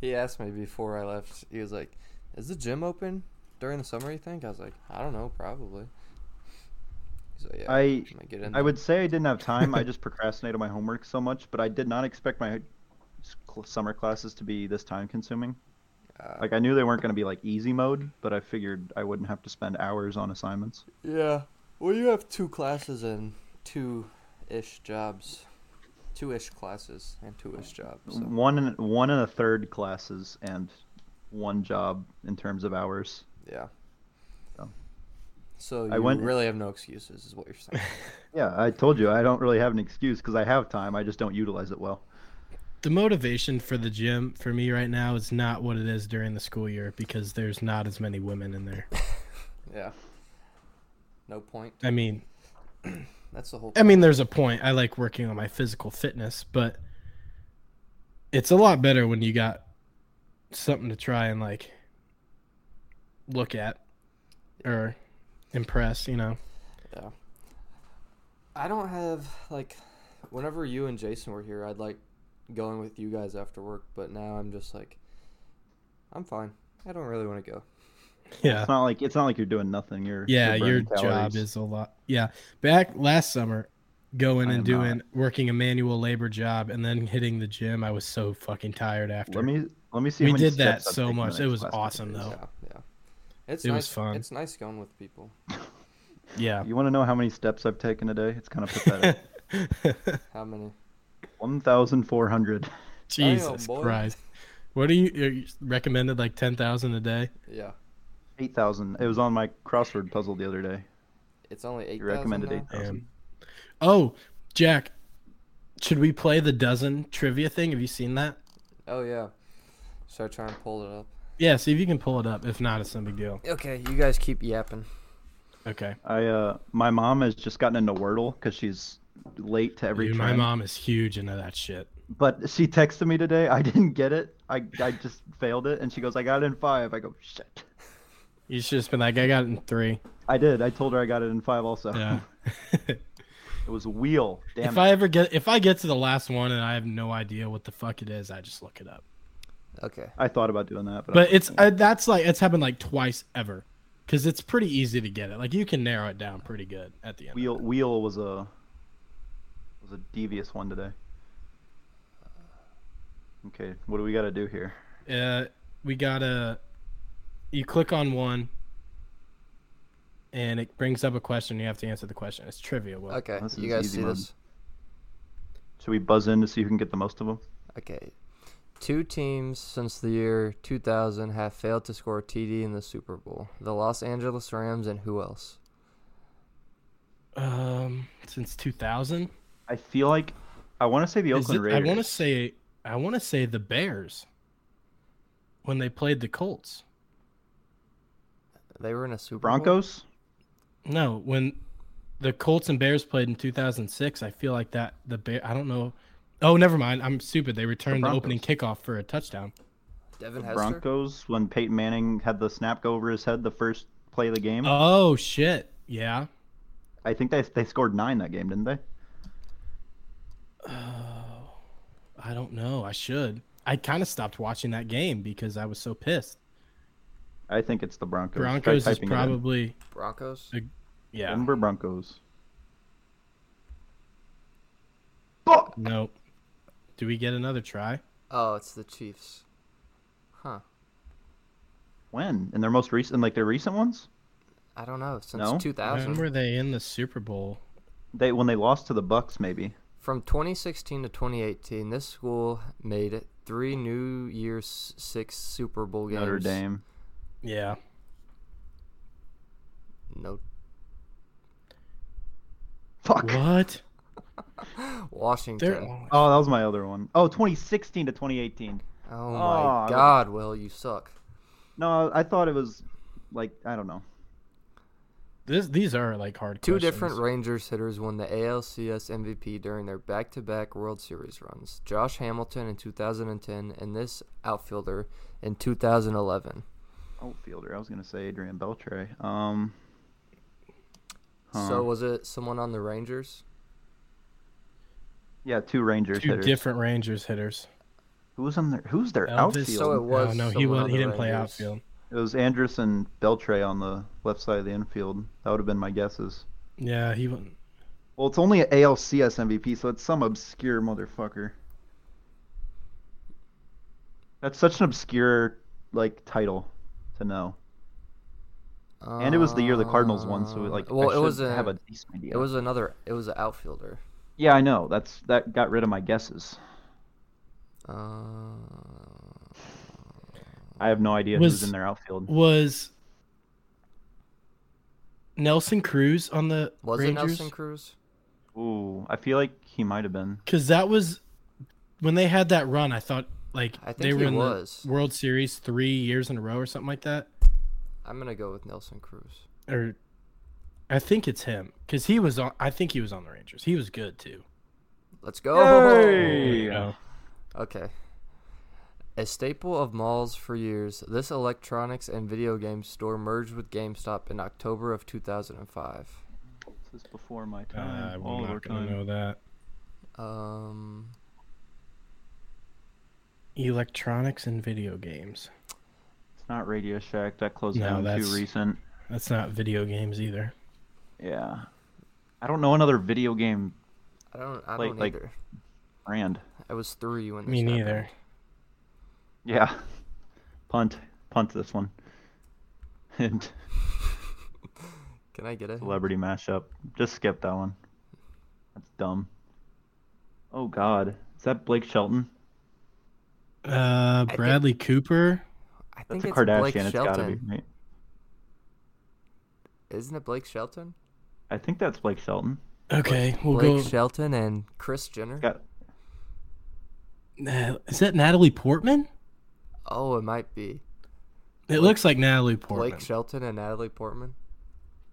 He asked me before I left. He was like, "Is the gym open during the summer? You think?" I was like, "I don't know, probably." He's like, "Yeah,
I-
might get in."
I would say I didn't have time. I just procrastinated my homework so much, but I did not expect my s- cl- summer classes to be this time consuming.
Uh,
Like I knew they weren't going to be like easy mode, but I figured I wouldn't have to spend hours on assignments.
Yeah. Well, you have two classes and two ish jobs. Two ish classes and two ish
Mm-hmm.
jobs. So.
One and one and a third classes and one job in terms of hours.
Yeah.
So.
So you
Oh. I went-
really have no excuses, is what you're saying.
Yeah, I told you I don't really have an excuse because I have time. I just don't utilize it well.
the motivation for the gym for me right now is not what it is during the school year because there's not as many women in there.
yeah. No point.
I mean,
That's the whole.
I mean, there's a point. I like working on my physical fitness, but it's a lot better when you got something to try and like look at or impress. You know,
I don't have like. Whenever you and Jason were here, I'd like going with you guys after work, but now I'm just like, I'm fine. I don't really want to go.
yeah.
It's not like it's not like you're doing nothing. You're
yeah
you're
your
burning
job
calories.
is a lot yeah back last summer going
I
and
am
doing working a manual labor job and then hitting the gym i was so fucking tired after
Let me let me see.
we
how many
did that
steps I've
so
taken the
much it
next
was
last couple
awesome
days.
though
Yeah, yeah. It's
It
nice.
was fun.
It's nice going with people.
yeah
You want to know how many steps I've taken today? It's kind of pathetic.
How many?
One thousand four hundred.
jesus
boy.
christ What do you, are you recommended? Like ten thousand a day.
Yeah,
Eight thousand. It was on my crossword puzzle the other day.
it's only eight.
You recommended eight thousand.
Damn. Oh, Jack, should we play the dozen trivia thing? Have you seen that?
Oh yeah. So I try and pull it up.
Yeah. See if you can pull it up. If not, it's no big deal.
Okay, you guys keep yapping.
Okay.
I uh, my mom has just gotten into Wordle because she's late to every
Dude, my
trend.
mom is huge into that shit.
But she texted me today. I didn't get it. I I just failed it, and she goes, "I got it in five. I go, "Shit."
You should just been like, I got it in three.
I did. I told her I got it in five. Also,
Yeah.
it was wheel. Damn.
if
it.
I ever get if I get to the last one and I have no idea what the fuck it is, I just look it up.
Okay.
I thought about doing that, but,
But it's uh, that's like it's happened like twice ever, because it's pretty easy to get it. Like you can narrow it down pretty good at the end.
wheel wheel was a was a devious one today. Okay, what do we got to do here?
Uh, we gotta. You click on one, and it brings up a question. You have to answer the question. It's trivia. Will.
Okay.
This
You
is
guys
easy
see
one.
this?
Should we buzz in to see who can get the most of them?
Okay. Two teams since the year 2000 have failed to score TD in the Super Bowl. The Los Angeles Rams and who else?
Um, since 2000,
I feel like I want to say the
Is
Oakland
it- I
Raiders.
want to say I want to say the Bears when they played the Colts.
They were in a Super Bowl.
Broncos.
No, when the Colts and Bears played in 2006, I feel like that the Bear. I don't know. Oh, never mind. I'm stupid. They returned the,
Broncos.
opening kickoff for a touchdown.
Devin
The
Hester.
Broncos when Peyton Manning had the snap go over his head the first play of the game.
Oh shit! Yeah.
I think they they scored nine that game, didn't they?
Oh, I don't know. I should. I kind of stopped watching that game because I was so pissed.
I think it's the Broncos. Try
Broncos is
typing it in.
probably
Broncos.
yeah.
Denver Broncos. Fuck!
Nope. Do we get another try?
Oh, it's the Chiefs. Huh.
When? In their most recent, like their recent ones?
I don't know. Since
No?
When
2000.
were they in the Super Bowl?
They when they lost to the Bucks, maybe.
From 2016 to 2018, this school made it three New Year's Six Super Bowl games.
Notre Dame.
Yeah.
No.
Fuck.
What?
Washington.
They're
Oh, that was my other one. Oh, 2016 to 2018.
Oh
Aw,
my
I
God, Will, you suck.
No, I thought it was like I don't know.
this. These are like hard.
Two
questions.
different Rangers hitters won the ALCS MVP during their back-to-back World Series runs. Josh Hamilton in 2010 and this outfielder in 2011.
Outfielder. I was gonna say Adrian Beltre. Um. huh.
So was it someone on the Rangers?
yeah, two Rangers
Two
hitters.
different Rangers hitters.
Who's on their? Who's their
Elvis-
outfield?
So it was
oh, no, he
someone
was.
on
He
the
didn't play
Rangers.
outfield.
It was Andrus and Beltre on the left side of the infield. That would have been my guesses.
Yeah, he wouldn't.
Well, it's only an ALCS MVP, so it's some obscure motherfucker. That's such an obscure like title to know. And it was the year the Cardinals won, so
Um,
like I
well, it
should
was a,
have a decent idea.
it was another it was an outfielder.
Yeah, I know. That's that got rid of my guesses.
Uh,
I have no idea
Was-
who's in their outfield.
Was Nelson Cruz on the
was it
Rangers?
Nelson Cruz?
Ooh, I feel like he might have been.
Because that was when they had that run. I thought like
I think
they
he
were in
was.
the World Series three years in a row or something like that.
I'm gonna go with Nelson Cruz.
Or I think it's him because he was on. I think he was on the Rangers. He was good too.
Let's go.
There you
Yeah.
go.
Okay. A staple of malls for years, this electronics and video game store merged with GameStop in October of 2005.
This is before my
Uh,
time. all
we're
over
not gonna
time.
know that.
Um,
Electronics and video games.
It's not Radio Shack. That closed
No,
down
that's-
too recent.
That's not video games either.
Yeah. I don't know another video game
I don't, I
Like-
don't
like-
either.
brand.
I was three when this
Me
happened.
neither.
Yeah. Punt. Punt this one. And
Can I get it?
celebrity mashup. Just skip that one. That's dumb. Oh god. Is that Blake Shelton?
Uh,
think-
Bradley Cooper.
I think
That's a
it's Blake
Kardashian. It's gotta be.
Shelton.
Right?
Isn't it Blake Shelton?
I think that's Blake Shelton.
Okay, we'll
Blake
go.
Shelton and Chris Jenner.
Got
Uh, is that Natalie Portman?
Oh, it might be
It looks like Natalie Portman.
Blake Shelton and Natalie Portman.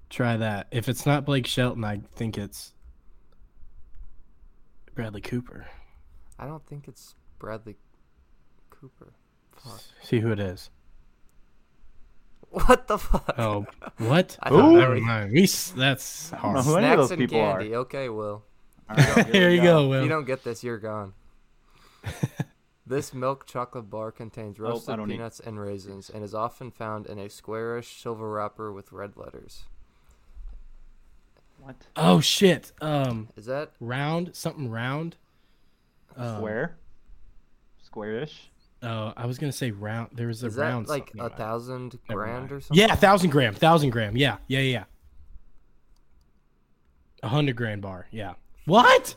Try that. If it's not Blake Shelton, I think it's Bradley Cooper.
I don't think it's Bradley Cooper. Fuck.
See who it is.
What the fuck?
Oh, what?
I
oh,
thought-
never mind. We s- that's hard.
who any of
Snacks
those
and
people are.
candy. Okay, Will.
there you go.
If
Will.
you don't get this, you're gone. this milk chocolate bar contains roasted
Oh, don't eat.
peanuts and raisins and is often found in a squarish silver wrapper with red letters.
What?
Oh shit. Um,
Is that
round something round. Um,
Square? Squarish?
Oh, I was gonna say round. There was a
is
round.
that like
something
a
about it.
thousand
Never
grand
mind.
or something?
Yeah, thousand gram, thousand gram. Yeah, yeah, yeah. A hundred grand bar. Yeah. What?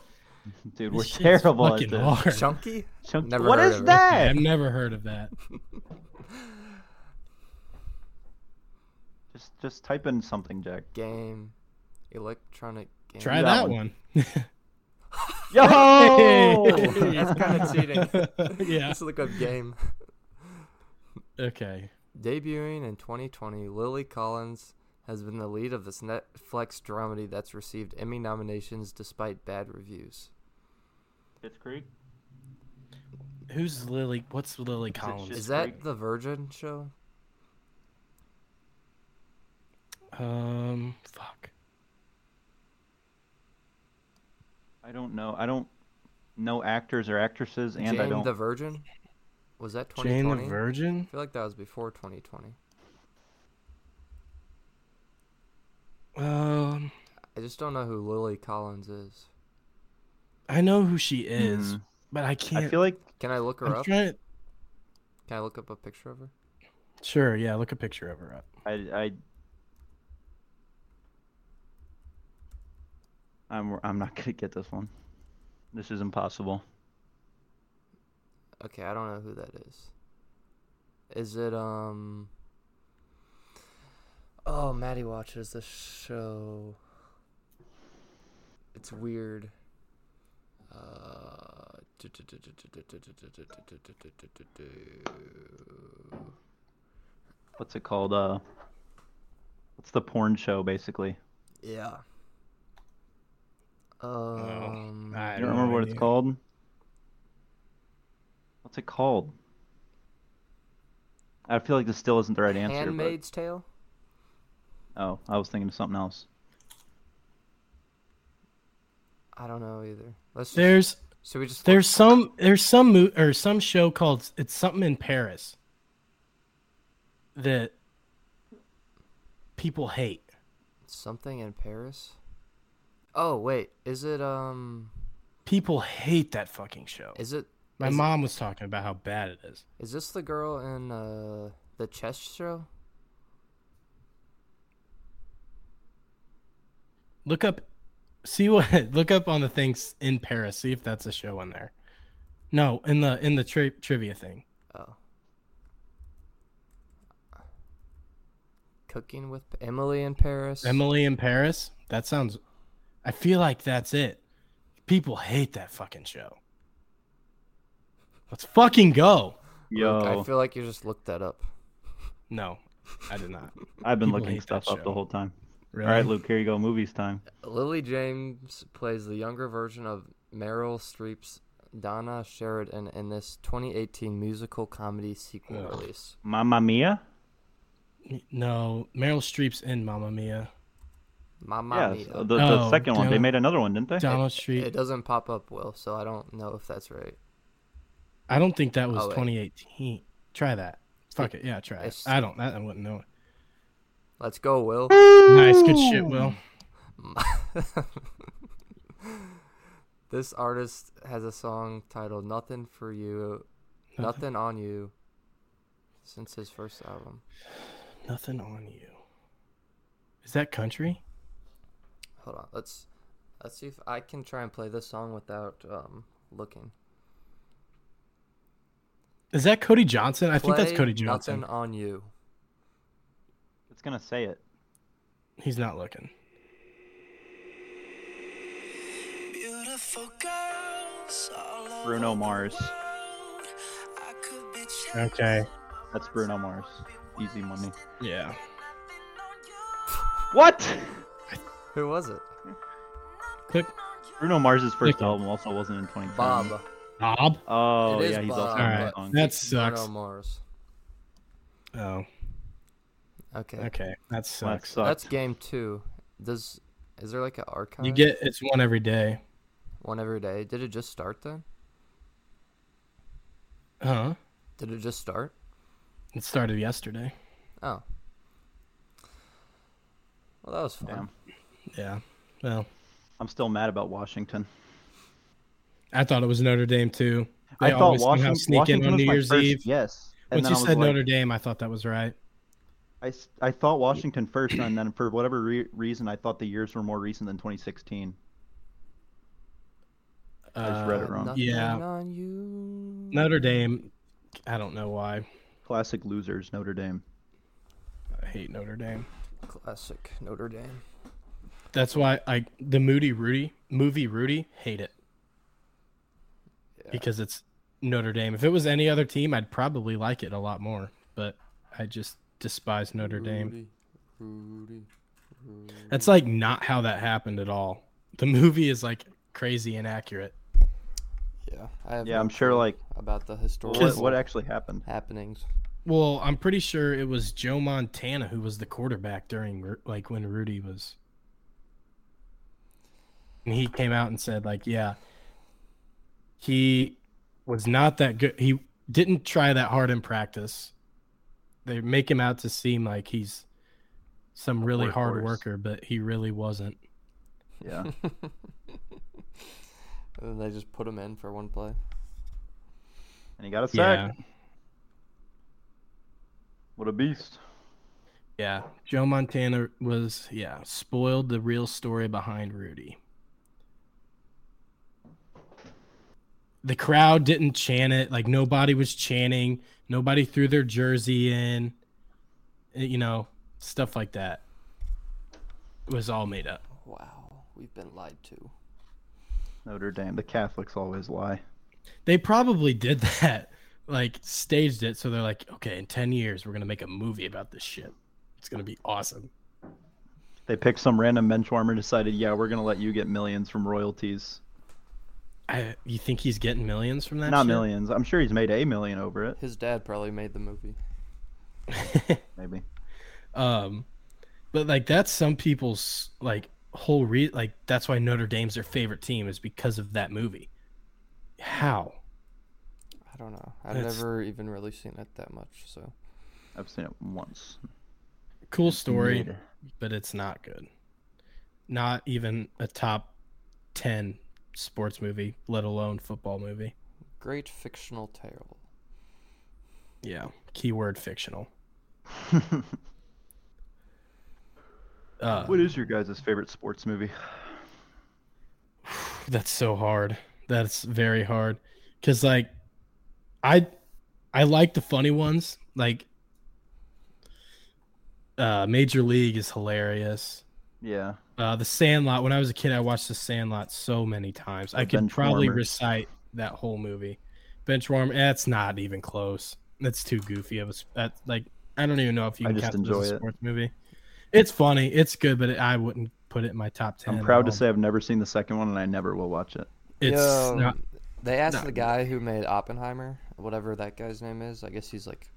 Dude, we're
Shit's
terrible at
fucking
this.
hard.
Chunky?
Chunk-
Never
what
heard
is
of it.
that?
I've never heard of that.
Just just type in something, Jack.
Game. Electronic game.
Try
that
that
one.
one.
Yo!
Oh! That's kind of cheating.
yeah.
Let's look up game.
Okay.
Debuting in 2020, Lily Collins has been the lead of this Netflix dramedy that's received Emmy nominations despite bad reviews.
Fifth Creek?
Who's Lily? What's Lily Collins?
just-
Is that
Creek.
the Virgin show?
um. Fuck.
I don't know. I don't know actors or actresses, and I
Jane
don't.
the Virgin? Was that
Jane the
2020? I
Virgin.
feel like that was before 2020.
Um.
I just don't know who Lily Collins is.
I know who she
Hmm.
is,
Mhm.
but I can't.
I feel like
Can I look her
I'm
up?
trying.
Can I look up a picture of her?
Sure. Yeah. Look a picture of her up.
I, I I'm I'm not gonna get this one. This is impossible.
Okay, I don't know who that is. Is it um? Oh, Maddie watches the show. It's weird. Uh,
What's it called? Uh, what's the porn show basically?
yeah.
Um,
Um,
I
I
don't
don't remember what
know.
it's called. What's it called? I feel like this still isn't the right answer. But,
Handmaid's Tale.
oh, I was thinking of something else.
I don't know either. Let's. Just,
There's
should we just? look-
There's some there's some mo- or some show called it's something in Paris that people hate.
something in Paris. Oh wait, is it um?
People hate that fucking show.
Is it
My
is it-
mom was talking about how bad it is.
Is this the girl in uh, the chess show?
Look up see what look up on the things in Paris, see if that's a show in there. No, in the in the tri- trivia thing.
Oh. Cooking with Emily in Paris.
Emily in Paris? That sounds I feel like that's it. People hate that fucking show. Let's fucking go.
Luke, I
Yo,
feel like you just looked that up.
No, I did not.
I've been
people
looking
hate that
stuff up the
show.
whole time.
Really?
All right, Luke, here you go. Movies time.
Lily James plays the younger version of Meryl Streep's Donna Sheridan in this 2018 musical comedy sequel
Ugh.
release.
Mamma Mia.
No, Meryl Streep's in Mamma Mia.
Mamma
yeah,
mia.
so the, the
Oh,
second one. They
damn.
made another one, didn't they?
Donald
it
Streep.
doesn't pop up, Will, so I don't know if that's right.
I don't think that was
Oh, wait.
2018. Try that. Fuck it. Yeah, try it.
It's-
I don't. I, I wouldn't know it.
Let's go, Will.
Nice. Good shit, Will.
this artist has a song titled "Nothing for You, Nothing on You," since his first album.
Nothing on you. Is that country?
Hold on, let's let's see if I can try and play this song without um looking.
Is that Cody Johnson? I think that's
Play
Cody Johnson.
Nothing on you.
It's gonna say it.
He's not looking.
Bruno Mars.
Okay.
That's Bruno Mars. Easy money.
Yeah.
What?
Who was it?
Click
Bruno Mars's first
Okay.
album also wasn't in 2010.
Bob.
Bob.
Mm-hmm. Oh
It is
yeah, he's
Bob,
also
All
on
right.
that song.
That sucks.
Bruno Mars.
Oh.
Okay.
Okay. That
Well,
sucks.
that
That's
sucked.
game two. Does is there like an archive?
You get it's one every day.
one every day. Did it just start then?
Huh?
Did it just start?
It started yesterday.
Oh. Well, that was fun.
Damn.
Yeah. Well,
I'm still mad about Washington.
I thought it was Notre Dame too. They
I thought
always somehow
Washington,
sneak
Washington
in on
was
New
my
Year's
first
Eve.
Yes.
Once you
I was
said
like-
Notre Dame, I thought that was right.
I, s- I thought Washington first, and then for whatever re- reason, I thought the years were more recent than 2016. I just read it
Uh,
wrong.
Nothing
Yeah.
on you.
Notre Dame. I don't know why.
Classic losers, Notre Dame.
I hate Notre Dame.
Classic Notre Dame.
That's why I the Moody Rudy movie Rudy hate it
Yeah.
because it's Notre Dame. If it was any other team, I'd probably like it a lot more. But I just despise Notre Dame.
Rudy. Rudy.
That's like not how that happened at all. The movie is like crazy inaccurate.
Yeah. I have
Yeah,
no
I'm sure,
clue
like,
about the
what,
historical
what actually happened?
happenings.
Well, I'm pretty sure it was Joe Montana who was the quarterback during Ru- like when Rudy was. And he came out and said like, yeah, he was not that good. He didn't try that hard in practice. They make him out to seem like he's some really hard
workhorse.
worker, but he really wasn't.
Yeah.
And then they just put him in for one play.
And he got a
Yeah.
sack. What a beast.
Yeah, Joe Montana was yeah spoiled the real story behind Rudy. The crowd didn't chant it like nobody was chanting. Nobody threw their jersey in. eh, You know, stuff like that. It was all made up.
Wow. We've been lied to.
Notre Dame. The Catholics always lie.
They probably did that, like staged it. So they're like, okay, in ten years we're gonna make a movie about this shit. It's gonna be awesome.
They picked some random bench warmer and decided, yeah, we're going to let you get millions from royalties.
I, you think he's getting millions from that?
Not
shit?
millions. I'm sure he's made a million over it,
His dad probably made the movie.
maybe.
Um, but like that's some people's like whole re like that's why Notre Dame's their favorite team is because of that movie. How?
I don't know. I've
That's-
never even really seen it that much, so
I've seen it once.
Cool story,
Mid.
but it's not good. Not even a top ten sports movie, let alone football movie.
great fictional tale.
Yeah. Keyword fictional. Uh,
What is your guys' favorite sports movie?
That's so hard. That's very hard. Cause like I I like the funny ones. Like uh Major League is hilarious.
Yeah.
Uh the Sandlot, when I was a kid I watched the Sandlot so many times. I
The
could probably
Benchwarmers.
recite that whole movie. Benchwarm, that's not even close. That's too goofy of a s- that like I don't even know if you
I
can
just
count it as
enjoy
a
it.
sports movie. It's funny, it's good, but it, I wouldn't put it in my top 10.
I'm
at
proud to
all.
say I've never seen the second one, and I never will watch it.
it's
Yo,
not
they asked
not
the
good.
guy who made Oppenheimer, whatever that guy's name is. I guess he's like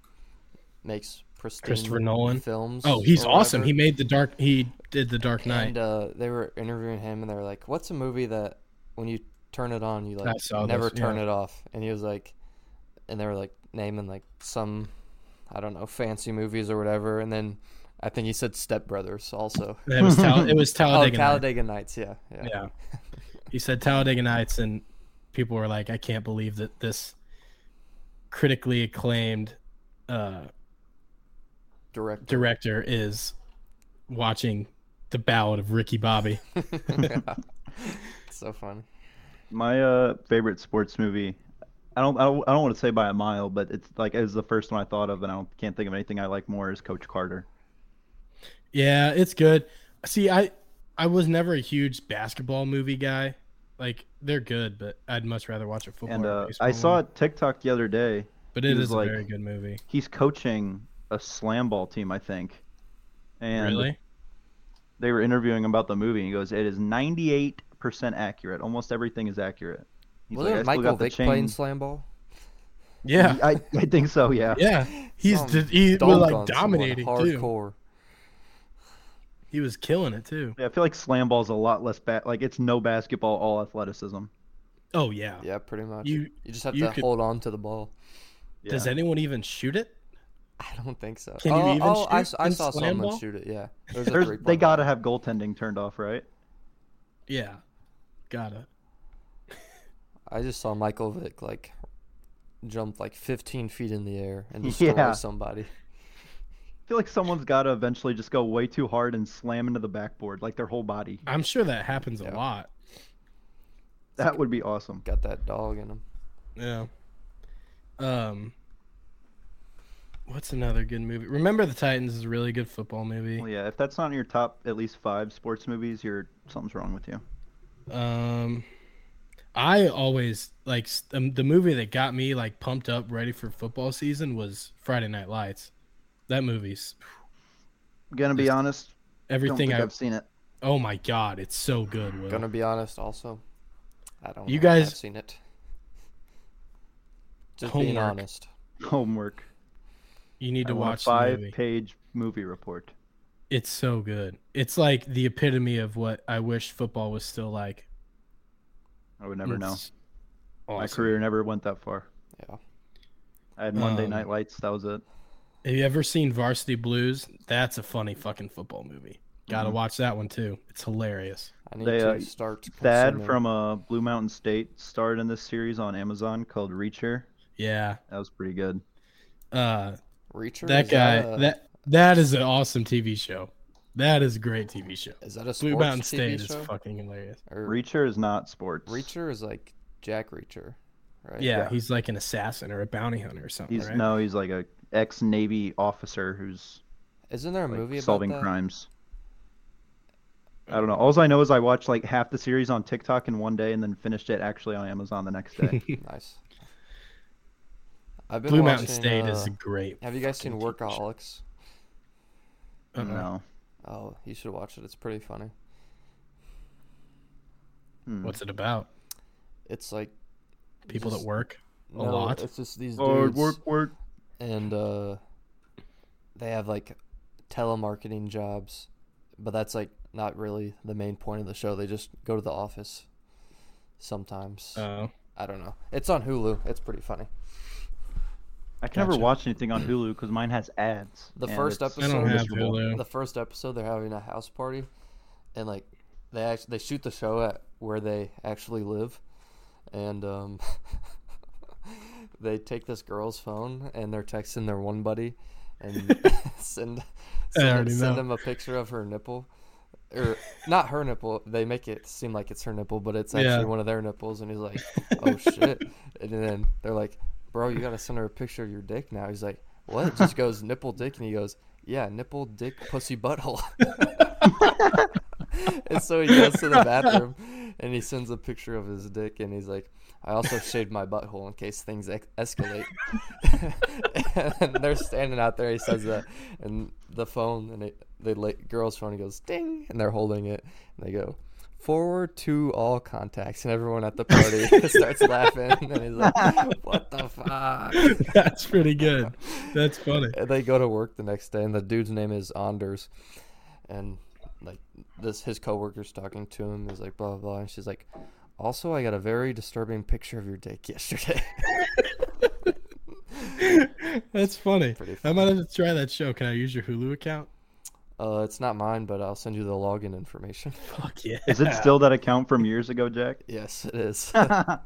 makes pristine
Christopher Nolan?
films.
Oh, he's
or
awesome.
whatever.
He made the dark. He did the Dark Knight.
And uh, they were interviewing him, and they were like, "What's a movie that when you turn it on, you like
saw
never
this,
turn
yeah.
it off?" And he was like, and they were like naming like some, I don't know, fancy movies or whatever. And then I think he said Step Brothers also.
That was Tal- it was
Oh,
Talladega. Nights.
Talladega Nights. Yeah, yeah.
Yeah, he said Talladega Nights, and people were like, "I can't believe that this critically acclaimed uh,
Direct.
director is watching the Ballad of Ricky Bobby."
so funny.
My uh, favorite sports movie, I don't, I don't, I don't want to say by a mile, but it's like it was the first one I thought of, and I don't, can't think of anything I like more is Coach Carter.
Yeah, it's good. See, I I was never a huge basketball movie guy. Like they're good, but I'd much rather watch a football.
and
or
uh,
baseball
I saw
one.
a TikTok the other day.
but
he
it
was
is
like-
a very good movie.
He's coaching a slam ball team, I think, and
really?
they were interviewing him about the movie. And he goes, "It is 98 percent accurate. Almost everything is accurate." He's
Wasn't
"I
it
still
Michael
got the
Vick
chain."
playing slam ball?
Yeah,
I, I think so. Yeah.
yeah. He's
Some
did he was
dunked
like
on someone
dominating too.
hardcore.
He was killing it too.
Yeah, I feel like slam ball's a lot less bad. Like it's no basketball, all athleticism.
Oh yeah.
Yeah, pretty much. You,
You-
just have
you
to
could-
hold on to the ball.
Yeah.
Does anyone even shoot it?
I don't think so.
Can you
oh,
even
oh, I,
shoot
s- I
in
saw
slam
someone
ball?
shoot it. Yeah, There's a
There's,
three-point
they
line.
gotta have goaltending turned off, right?
Yeah. Gotta.
I just saw Michael Vick like jump like 15 feet in the air and
Yeah.
destroy somebody.
I feel like someone's gotta eventually just go way too hard and slam into the backboard, like their whole body.
I'm sure that happens
Yeah.
a lot.
That would be awesome.
Got that dog in him.
Yeah. Um. What's another good movie? Remember the Titans is a really good football movie.
Well, yeah, if that's not in your top at least five sports movies, you're something's wrong with you.
Um, I always like s- um, the movie that got me like pumped up, ready for football season was Friday Night Lights. That movie's
Gonna be
Just
honest, don't
everything.
think
I
I've seen it.
oh my god, it's so good. Will.
Gonna be honest, also, I don't.
You
know if I've
guys-
seen it? Just being
Homework.
honest.
Homework.
You need
I
to
want
watch the
a
movie.
five-page movie report.
It's so good. It's like the epitome of what I wish football was still like.
I would never know.
It's
My
awesome.
career never went that far.
Yeah.
I had Monday
Um,
Night Lights. That was it.
Have you ever seen Varsity Blues? That's a funny fucking football movie. Gotta
Mhm.
watch that one too. It's hilarious.
I need
They,
to
uh,
start.
Thad
consuming-
from uh, Blue Mountain State starred in this series on Amazon called Reacher.
Yeah.
That was pretty good.
Uh
Reacher.
that
Is
guy
uh,
that that is an awesome TV show. That is a great TV show.
is that a
Blue
sports
Mountain
TV
State
show?
is fucking hilarious.
Or
Reacher is not sports.
Reacher is like Jack Reacher, right?
Yeah,
Yeah.
he's like an assassin or a bounty hunter or something,
He's
right?
no, he's like a ex Navy officer who's
Isn't there a
like,
movie about
solving
that?
crimes. I don't know. All I know is I watched like half the series on TikTok in one day and then finished it actually on Amazon the next day.
Nice. I've been
Blue Mountain
watching,
State is
uh,
great.
Have you guys seen
fucking TV show.
Workaholics?
Uh-uh.
no.
Oh, you should watch it. It's pretty funny.
Hmm.
What's it about?
It's like
People
just-
that work. a
no,
lot?
It's just these
Oh,
dudes,
work, work.
and uh, they have like telemarketing jobs, but that's like not really the main point of the show. They just go to the office sometimes.
Uh,
I don't know. It's on Hulu. It's pretty funny.
I can never
Gotcha.
watch anything on Hulu because mine has ads.
The
and
first
it's
I don't
So
have
miserable.
Hulu.
the first episode they're having a house party and like they actually they shoot the show at where they actually live and um they take this girl's phone and they're texting their one buddy and send send,
already
send
know.
him a picture of her nipple or not her nipple they make it seem like it's her nipple but it's actually
Yeah.
one of their nipples and he's like oh shit and then they're like bro you gotta send her a picture of your dick now he's like what it just goes nipple dick and he goes yeah, nipple, dick, pussy, butthole. and so he goes to the bathroom and he sends a picture of his dick and he's like, I also shaved my butthole in case things ex- escalate. and they're standing out there. He says that. And the phone, and it, the la- girl's phone, he goes ding. And they're holding it. And they go, forward to all contacts. And everyone at the party starts laughing. And he's like, what the fuck?
That's pretty good. That's funny.
And they go to work the next day, and the dude's name is Anders, and like this, his coworker's talking to him. He's like, blah blah, blah. and she's like, also, I got a very disturbing picture of your dick yesterday.
That's funny.
Pretty
I might have to try that show. Can I use your Hulu account?
uh, it's not mine, but I'll send you the login information.
Fuck yeah.
Is it still that account from years ago, Jack?
yes, it is.
I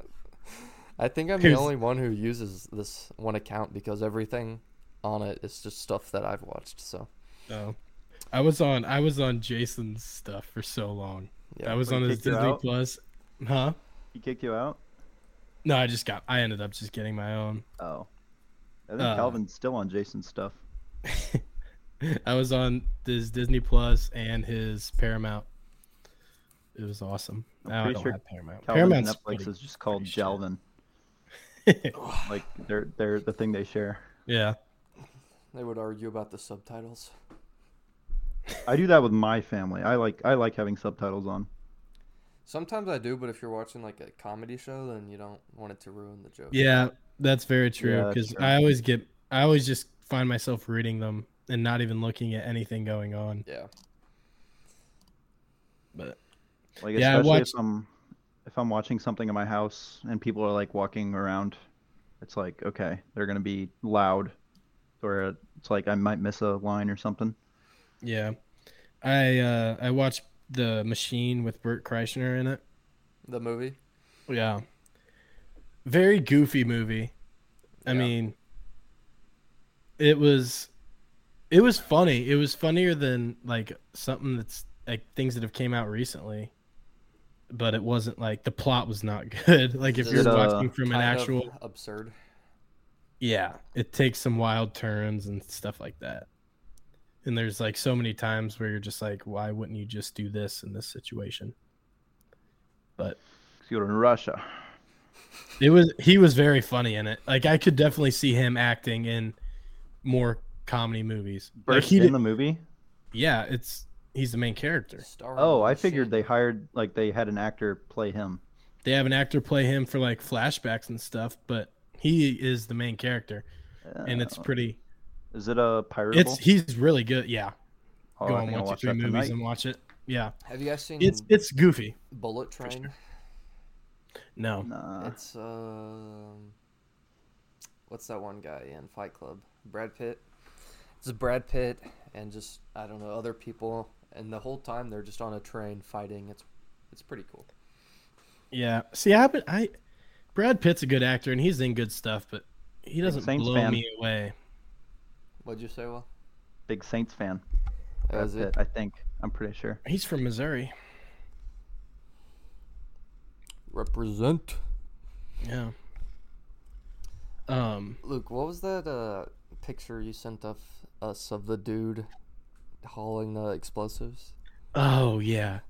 I think I'm the
Here's-
only one who uses this one account because everything on it is just stuff that I've watched. So
No. I was on I was on Jason's stuff for so long.
Yeah,
I was
when
on
he
his
kicked you
Disney
out?
Plus. Huh?
He kicked you out?
No, I just got. I ended up just getting my own.
Oh, I think
Uh,
Calvin's still on Jason's stuff.
I was on his Disney Plus and his Paramount. It was awesome.
I'm
Now I
pretty
don't
sure
have Paramount.
Calvin's
Paramount's
Netflix
pretty-
is just called
pretty shit.
Jalvin. Like they're they're the thing they share.
yeah.
They would argue about the subtitles.
I do that with my family. I like I like having subtitles on.
Sometimes I do, but if you're watching like a comedy show, then you don't want it to ruin the joke.
Yeah, that's very
Yeah,
true.
that's
Because
true.
I always get, I always just find myself reading them and not even looking at anything going on.
Yeah.
But
Like
Yeah, I
especially
watched-
if I'm if I'm watching something in my house and people are like walking around, it's like okay, they're gonna be loud, or it's like I might miss a line or something.
yeah, I uh I watched the Machine with Burt Kreischer in it.
The movie.
Yeah, very goofy movie. I
Yeah.
mean, it was, it was funny. It was funnier than like something that's like things that have came out recently. But it wasn't like the plot was not good. Like if
Is
you're
it, uh,
watching from an
Kind of
actual
absurd.
yeah it takes some wild turns and stuff like that and there's like so many times where you're just like why wouldn't you just do this in this situation but
Cause you're in Russia.
it was he was very funny in it like i could definitely see him acting in more comedy movies Like,
Burst
he
in
did-
the movie.
yeah it's he's the main character
Starring
Oh,
the
I figured
machine.
they hired like they had an actor play him.
they have an actor play him for like flashbacks and stuff but he is the main character and it's
Uh,
pretty
is it a pirate?
it's he's really good yeah
oh,
go
I
and
think I'll
watch the
watch
three movies
that tonight. Hmm.
and watch it yeah
Have you guys seen
it's it's goofy
Bullet Train?
no
Nah.
It's um, what's that one guy in Fight Club? Brad Pitt. It's Brad Pitt and just I don't know other people, and the whole time they're just on a train fighting. It's it's pretty cool.
Yeah. See, I, haven't- I Brad Pitt's a good actor and he's in good stuff, but he doesn't
Saints
blow
fan.
me away.
What'd you say, Will?
Big Saints fan.
That
Brad
was
Pitt, I think. I'm pretty sure.
He's from Missouri.
Represent.
Yeah. Um.
Luke, what was that uh picture you sent of us of the dude hauling the explosives?
Oh yeah.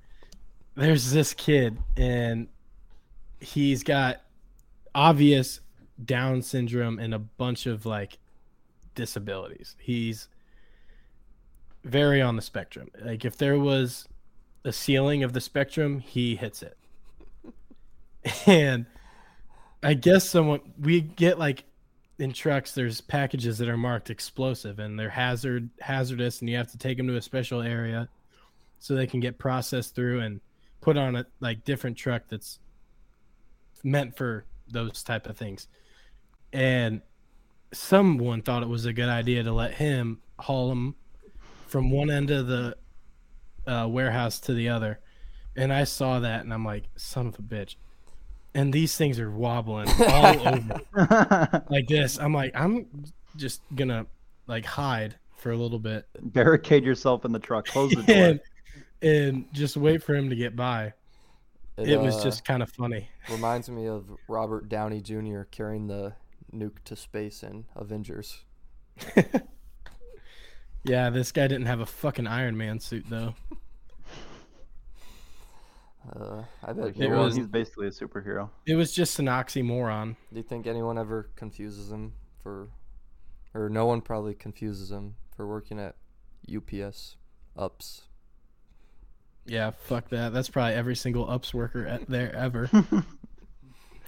There's this kid and he's got obvious Down syndrome and a bunch of like disabilities. He's very on the spectrum. Like if there was a ceiling of the spectrum, he hits it. and I guess someone we get like in trucks there's packages that are marked explosive and they're hazard hazardous and you have to take them to a special area so they can get processed through and put on a like different truck that's meant for those type of things. And someone thought it was a good idea to let him haul them from one end of the uh, warehouse to the other. And I saw that and I'm like, son of a bitch. And these things are wobbling all over like this. I'm like, I'm just gonna like hide for a little bit
Barricade yourself in the truck. Close the door.
and, and just wait for him to get by. It, was
uh,
just kind of funny.
reminds me of Robert Downey Jr. carrying the nuke to space in Avengers.
Yeah, this guy didn't have a fucking Iron Man suit though.
Uh, I bet
Like,
no
It
one-
was-
He's basically a superhero.
It was just an oxymoron.
Do you think anyone ever confuses him for, or no one probably confuses him for working at UPS ups?
Yeah, fuck that. That's probably every single ups worker at there ever.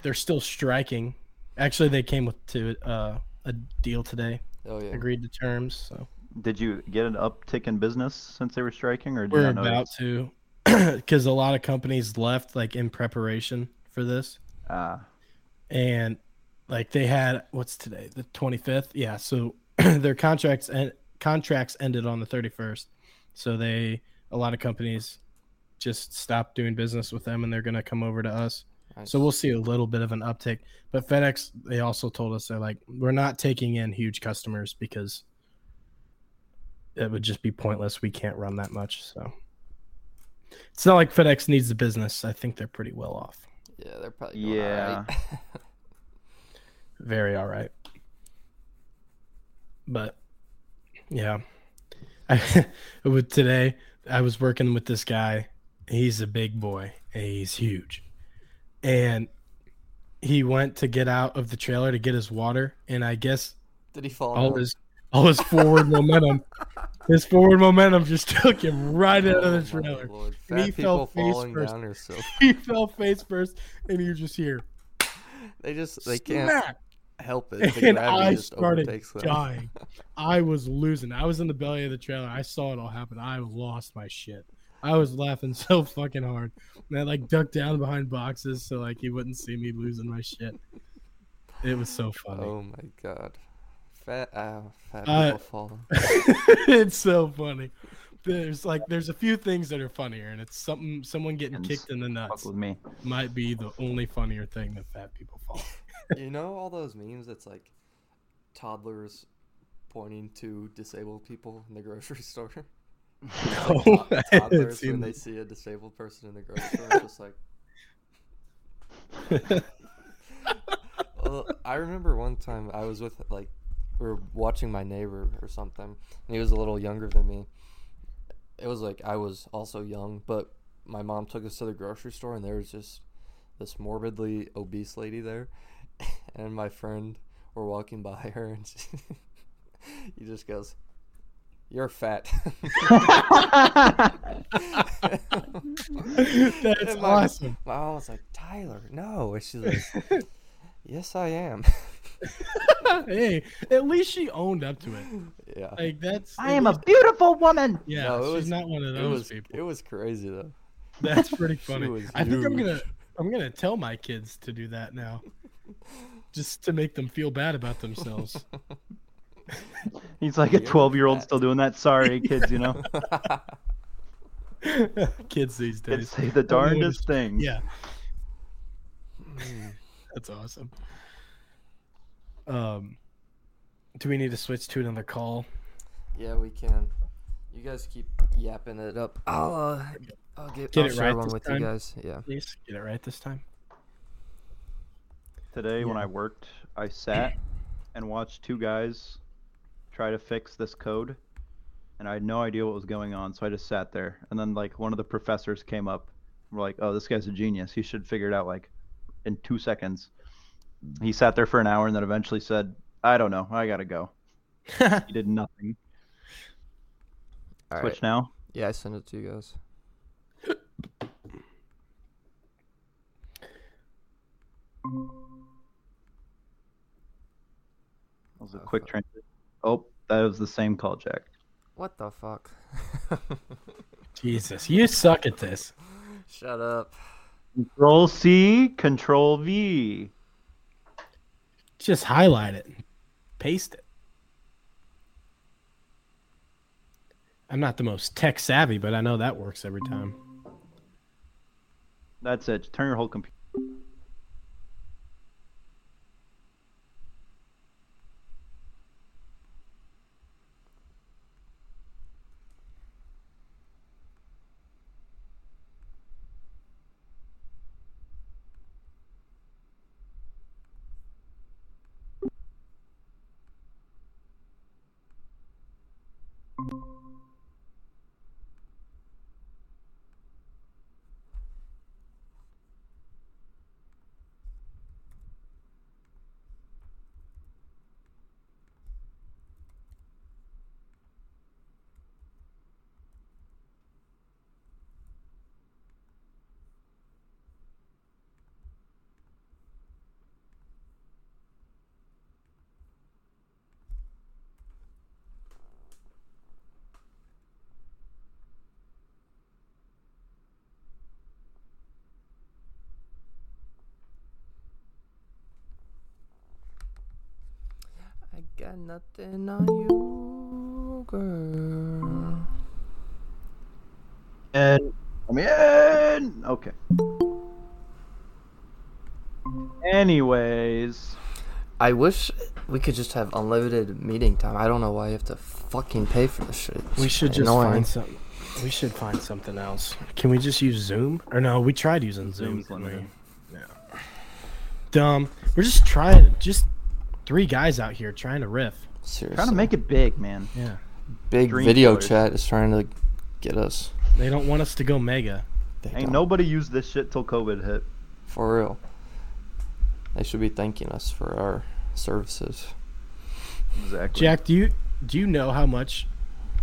They're still striking. Actually, they came with to uh, a deal today,
Oh yeah,
agreed to terms. So
Did you get an uptick in business since they were striking, or did
we're
you not
about
notice?
to, because a lot of companies left like in preparation for this.
Ah,
and like they had what's today the 25th yeah so their contracts and contracts ended on the 31st so they a lot of companies just stopped doing business with them and they're going to come over to us so
Nice.
we'll see a little bit of an uptick but fedex they also told us they're like we're not taking in huge customers because it would just be pointless we can't run that much so it's not like fedex needs the business i think they're pretty well off
yeah, they're probably doing
Yeah.
alright.
very all right. But yeah, I with today I was working with this guy. He's a big boy. And he's huge, and he went to get out of the trailer to get his water. And I guess
Did he fall?
all
down?
his all his forward momentum, his forward momentum just took him right out of the
Oh my
trailer.
lord.
And
Fat
he
people
fell face
falling
first.
down or so.
He fell face first, and you just hear
They just they can't
smack.
help it. The gravity
and I
just
started
overtakes them.
dying. I was losing. I was in the belly of the trailer. I saw it all happen. I lost my shit. I was laughing so fucking hard. And I like ducked down behind boxes so like he wouldn't see me losing my shit. It was so funny.
Oh my god. Fat uh, fat
Uh,
people falling.
it's so funny. There's like there's a few things that are funnier, and it's something someone getting
And
kicked in the
Fuck
nuts
with me.
might be the only funnier thing that fat people fall.
you know all those memes that's like toddlers pointing to disabled people in the grocery store?
No, I haven't
toddlers
seen
when they
that.
see a disabled person in the grocery store it's just like Well, I remember one time I was with like we were watching my neighbor or something, and he was a little younger than me. It was like I was also young, but my mom took us to the grocery store, and there was just this morbidly obese lady there, and my friend were walking by her, and she, he just goes, "You're fat."
That's
And my-
awesome.
My mom was like, "Tyler, no," and she's like, "Yes, I am."
hey, at least she owned up to it.
yeah.
Like that's.
I
at
am a
least-
beautiful woman.
Yeah,
No, it
she's
was-
not one of
It
those
was
people.
it was crazy though.
That's pretty
She
funny.
was
I think I'm gonna
huge.
I'm gonna tell my kids to do that now, just to make them feel bad about themselves.
He's like a
You're
12 year old
fat.
still doing that. Sorry, kids, you know?
kids these
Kids
days.
say the
Everyone
darndest things.
Yeah.
Hmm.
That's awesome. Um, do we need to switch to another call?
yeah, we can. You guys keep yapping it up. I'll uh, I'll get,
Get
I'll
it
share
right
one
this
with
time.
you guys. Yeah.
Please get it right this time.
Today, when
Yeah.
I worked, I sat and watched two guys try to fix this code, and I had no idea what was going on, so I just sat there. And then, like, one of the professors came up. and We're like, oh, this guy's a genius. He should figure it out, like, in two seconds. He sat there for an hour and then eventually said, I don't know. I got to go. He did nothing.
All
Switch
right.
now.
Yeah, I sent it to you guys.
That was a
Oh,
quick
fuck.
transition. Oh, that was the same call, Jack.
What the fuck?
Jesus, you suck at this.
Shut up.
Control C, Control V.
Just highlight it, paste it. I'm not the most tech savvy, but I know that works every time.
That's it. Turn your whole computer.
I got nothing on you, girl.
And I'm in. Okay. Anyways,
I wish we could just have unlimited meeting time. I don't know why you have to fucking pay for this shit. It's
We should just
annoying.
find something. We should find something else. Can we just use Zoom? Or no, we tried using Zoom.
Zoom's limited.
didn't we? Yeah. Dumb. We're just trying. Just three guys out here trying to riff.
Seriously.
Trying to make it big, man.
Yeah.
Big
dream
video
killers.
chat is trying to get us.
They don't want us to go mega.
They
Ain't
don't.
nobody used this shit till COVID hit.
For real. They should be thanking us for our services.
Exactly.
Jack, do you do you know how much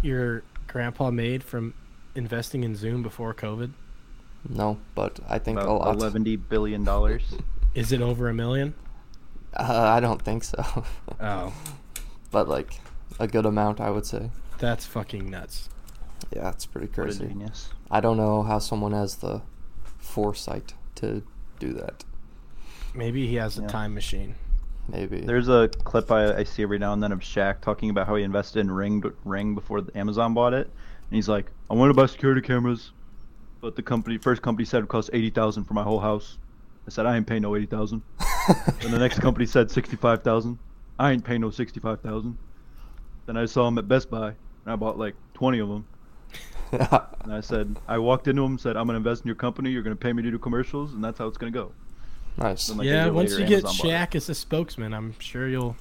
your grandpa made from investing in Zoom before COVID?
No, but I think
About
a lot.
eleventy billion dollars.
Is it over a million?
Uh, I don't think so.
Oh,
but like a good amount, I would say.
that's fucking nuts.
Yeah, it's pretty
what a
crazy.
genius.
I don't know how someone has the foresight to do that.
Maybe he has a
Yeah.
time machine.
Maybe.
There's a clip I, I see every now and then of Shaq talking about how he invested in Ring Ring before the Amazon bought it, and he's like, "I wanted to buy security cameras, but the company first company said it cost eighty thousand for my whole house. I said I ain't paying no eighty thousand. Then the next company said sixty five thousand. I ain't paying no sixty five thousand. Then I saw him at Best Buy, and I bought like twenty of them. And I said, I walked into him, and said, "I'm gonna invest in your company. You're gonna pay me to do commercials, and that's how it's gonna go."
nice.
Like, a
yeah,
year
once
later,
you get
Amazon bought it.
Shaq as a spokesman, I'm sure you'll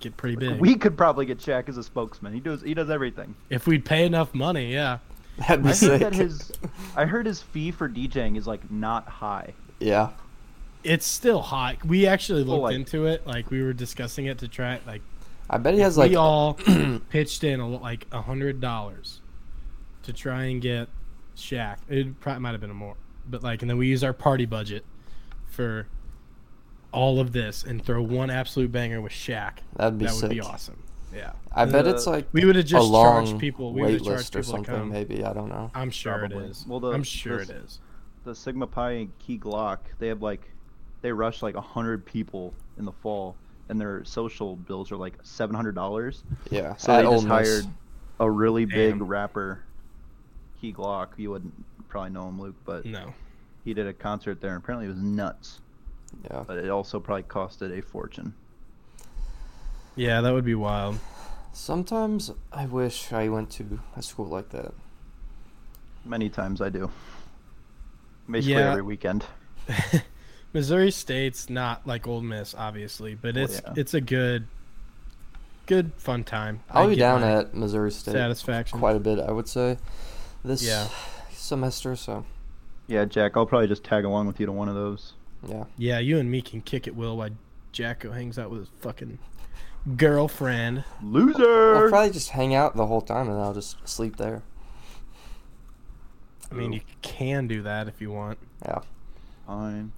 get pretty big.
We could probably get Shaq as a spokesman. He does he does everything.
if we'd pay enough money, yeah.
That'd be
I
sick.
think that his, I heard his fee for DJing is like not high.
yeah.
It's still hot. We actually looked
like-
into it. Like we were discussing it to try. Like
I bet he has like
we all pitched in a, lo- like a hundred dollars to try and get Shaq. It probably might have been more, but like, and then we use our party budget for all of this and throw one absolute banger with Shaq.
that'd be
that
sick.
would be awesome. Yeah,
I bet
Uh,
it's like
we would have
a
just
long
charged people. We would
wait
have charged
list or
people to
something.
come.
Maybe I don't know.
I'm sure
Probably.
it is.
Well, the-
I'm sure
this-
it is.
The Sigma Pi and Key Glock, they have like, they rush like hundred people in the fall, and their social bills are like seven hundred dollars.
Yeah.
So
at
they just
Ole Miss.
hired a really big
Damn.
rapper, Key Glock. You wouldn't probably know him, Luke, but
No.
he did a concert there, and apparently it was nuts.
Yeah.
But it also probably costed a fortune.
Yeah, that would be wild.
Sometimes I wish I went to a school like that.
Many times I do. Basically
Yeah.
every weekend.
Missouri State's not like Old Miss, obviously, but
Well,
it's
yeah.
it's a good, good fun time.
I'll
I
be
get
down
my
at Missouri State
satisfaction.
quite a bit, I would say, this
Yeah.
semester. So
Yeah, Jack, I'll probably just tag along with you to one of those.
yeah,
Yeah, you and me can kick it, Will, while Jacko hangs out with his fucking girlfriend.
I'll
Loser!
probably just hang out the whole time and I'll just sleep there.
I mean,
Ooh.
you can do that if you want.
Yeah,
Fine.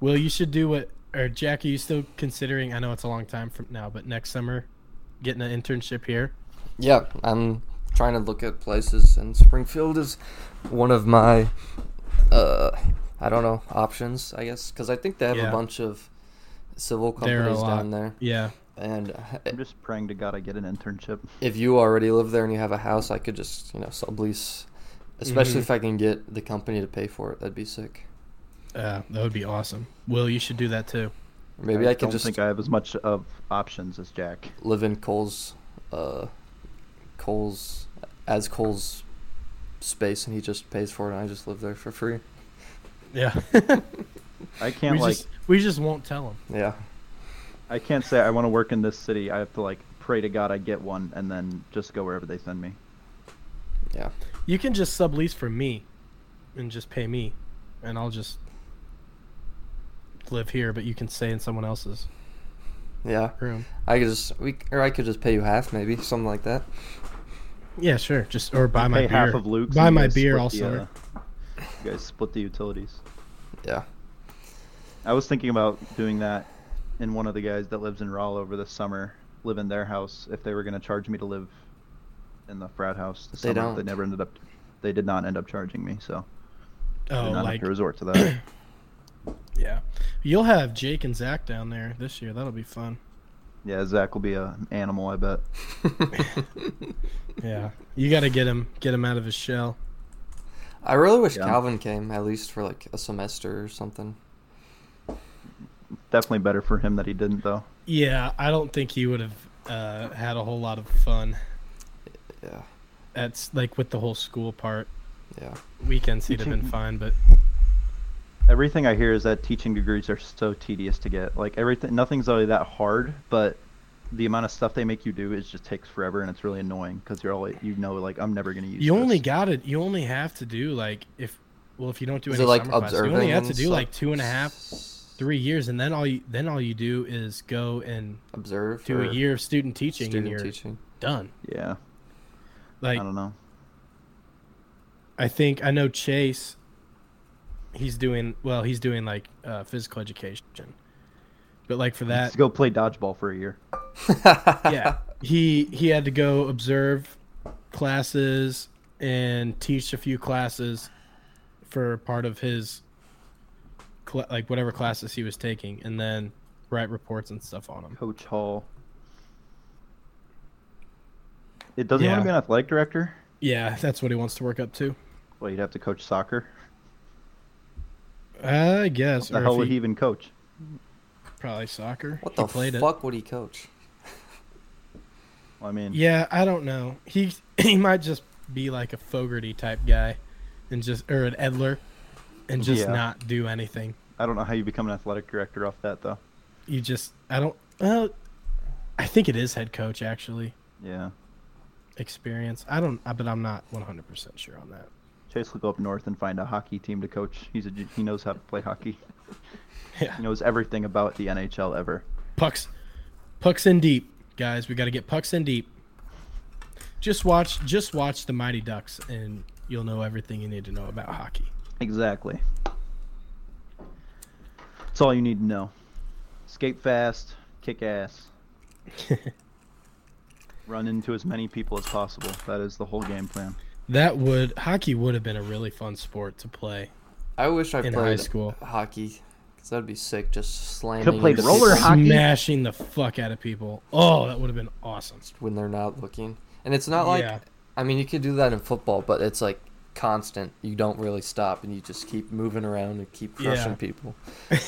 Will, you should do what, or Jack, are you still considering? I know it's a long time from now, but next summer, getting an internship here.
yeah. I'm trying to look at places, and Springfield is one of my, uh, I don't know, options. I guess because I think they have
Yeah.
a bunch of civil
There are a
companies down there,
Yeah,
and uh,
I'm just praying to God I get an internship.
if you already live there and you have a house, I could just you know sublease. Especially
Mhm.
if I can get the company to pay for it, that'd be sick.
uh, that would be awesome. Will, you should do that too.
Or Maybe I,
don't
could just
think I have as much of options as Jack.
live in Cole's, uh, Cole's, as Cole's space, and he just pays for it, and I just live there for free.
Yeah,
I
we
can't like
just we just won't tell him.
Yeah,
I can't say I want to work in this city. I have to like pray to God I get one and then just go wherever they send me.
yeah.
You can just sublease for me and just pay me and I'll just live here, but you can stay in someone else's
Yeah,
room.
I could just we or I could just pay you half, maybe something like that.
Yeah, sure. Just or buy my
Pay
beer.
half of Luke's.
buy
and you
my
guys
beer
split
all
the,
summer.
uh, you guys split the utilities.
Yeah,
I was thinking about doing that in one of the guys that lives in Rawl over the summer, live in their house if they were going to charge me to live in the frat house. The
They
summer. They
don't.
never ended up. They did not end up charging me, so I
oh,
did not
like
have to resort to that.
yeah. You'll have Jake and Zach down there this year. That'll be fun.
yeah, Zach will be a- an animal, I bet.
Yeah, you got to get him get him out of his shell.
I really wish
Yeah.
Calvin came at least for like a semester or something.
Definitely better for him that he didn't, though.
Yeah, I don't think he would have uh, had a whole lot of fun.
Yeah,
That's like with the whole school part.
yeah.
Weekends he'd have been fine, but
everything I hear is that teaching degrees are so tedious to get. Like everything, nothing's really that hard, but the amount of stuff they make you do is just takes forever, and it's really annoying because you're always you know like I'm never gonna use.
You only
this.
got it. You only have to do like if well if you don't do
Is
any
it like
summer classes,
observing?
you only have to
and
do
stuff?
like two and a half, three years, and then all you then all you do is go and
Observe.
do
or
a year of student teaching
Student
and you're
teaching.
done.
yeah.
Like
I don't know.
I think I know Chase. He's doing well. He's doing like uh, physical education, but like for that,
Let's go play dodgeball for a year.
yeah, he he had to go observe classes and teach a few classes for part of his cl- like whatever classes he was taking, and then write reports and stuff on them.
Coach Hall. It doesn't want
Yeah.
to be an athletic director.
Yeah, that's what he wants to work up to.
Well, you'd have to coach soccer.
I guess.
The
or
hell
if
would
he,
he even coach?
probably soccer?
What
he
the
played it.
fuck would he coach?
Well, I mean,
Yeah, I don't know. He he might just be like a Fogarty type guy, and just or an Edler, and just
Yeah.
not do anything.
I don't know how you become an athletic director off that though.
You just I don't. Well, I think it is head coach actually
Yeah,
experience. I don't, I- but I'm not 100 percent sure on that.
Chase will go up north and find a hockey team to coach. He's a g- he knows how to play hockey.
Yeah,
He knows everything about the NHL ever.
pucks, pucks in deep, guys. We got to get pucks in deep. Just watch, just watch the Mighty Ducks, and you'll know everything you need to know about hockey.
Exactly. That's all you need to know. Skate fast, kick ass, run into as many people as possible. That is the whole game plan.
that would hockey would have been a really fun sport to play.
I wish I
In high
played
school.
hockey. Cause that'd be sick. Just slamming.
played
into
roller
people
hockey?
smashing the fuck out of people. Oh, that would have been awesome.
when they're not looking. And it's not like
yeah,
I mean, you could do that in football, but it's like constant. You don't really stop, and you just keep moving around and keep
Yeah.
crushing people.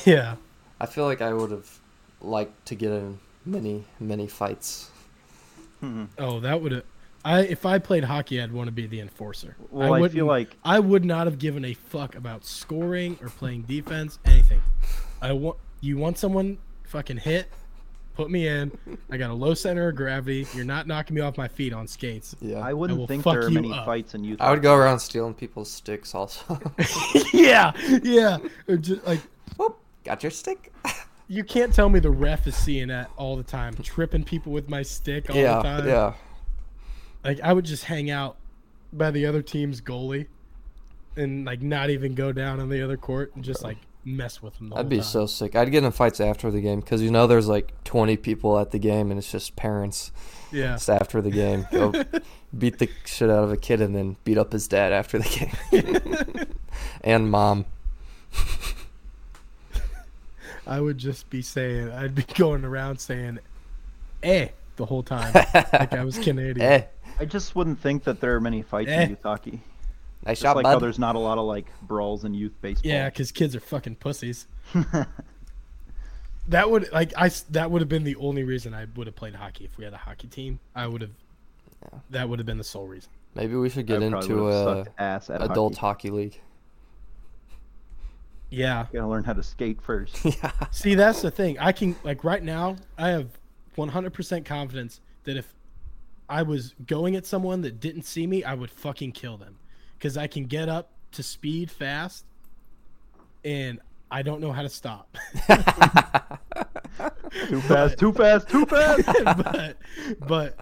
yeah.
I feel like I would have liked to get in many, many fights. Mm-hmm.
Hmm.
Oh, that would have. I if I played hockey, I'd want to be the enforcer.
Well, I, feel
wouldn't-
like
I would not have given a fuck about scoring or playing defense, anything. I want you want someone fucking hit, put me in. I got a low center of gravity. You're not knocking me off my feet on skates.
Yeah,
I
I,
wouldn't
will
think
fuck
there are
you
many
up.
fights in youth.
would go around stealing people's sticks. Also,
yeah, yeah. Or just like
Whoop, got your stick.
you can't tell me the ref is seeing that all the time, tripping people with my stick all the
yeah,
time.
yeah.
Like I would just hang out by the other team's goalie and like not even go down on the other court and just like mess with them the
I'd
whole
be
time.
so sick. I'd get in fights after the game because you know there's like 20 people at the game, and it's just parents.
yeah.
It's after the game, go beat the shit out of a kid, and then beat up his dad after the game and mom.
I would just be saying I'd be going around saying eh the whole time. like I was Canadian.
Eh,
I just wouldn't think that there are many fights
Eh.
in youth hockey.
nice
Just
shot,
like
bud.
how there's not a lot of like brawls in youth baseball.
Yeah, because kids are fucking pussies. That would like I s- that would have been the only reason I would have played hockey if we had a hockey team. I would have. That would have been the sole reason.
Maybe we should get
I probably
into
would've
a
sucked ass at
adult
hockey.
hockey league.
Yeah.
Gotta learn how to skate first.
yeah,
See, that's the thing. I can like right now. I have 100% confidence that if I was going at someone that didn't see me, I would fucking kill them because I can get up to speed fast, and I don't know how to stop.
too fast, too fast, too fast.
but but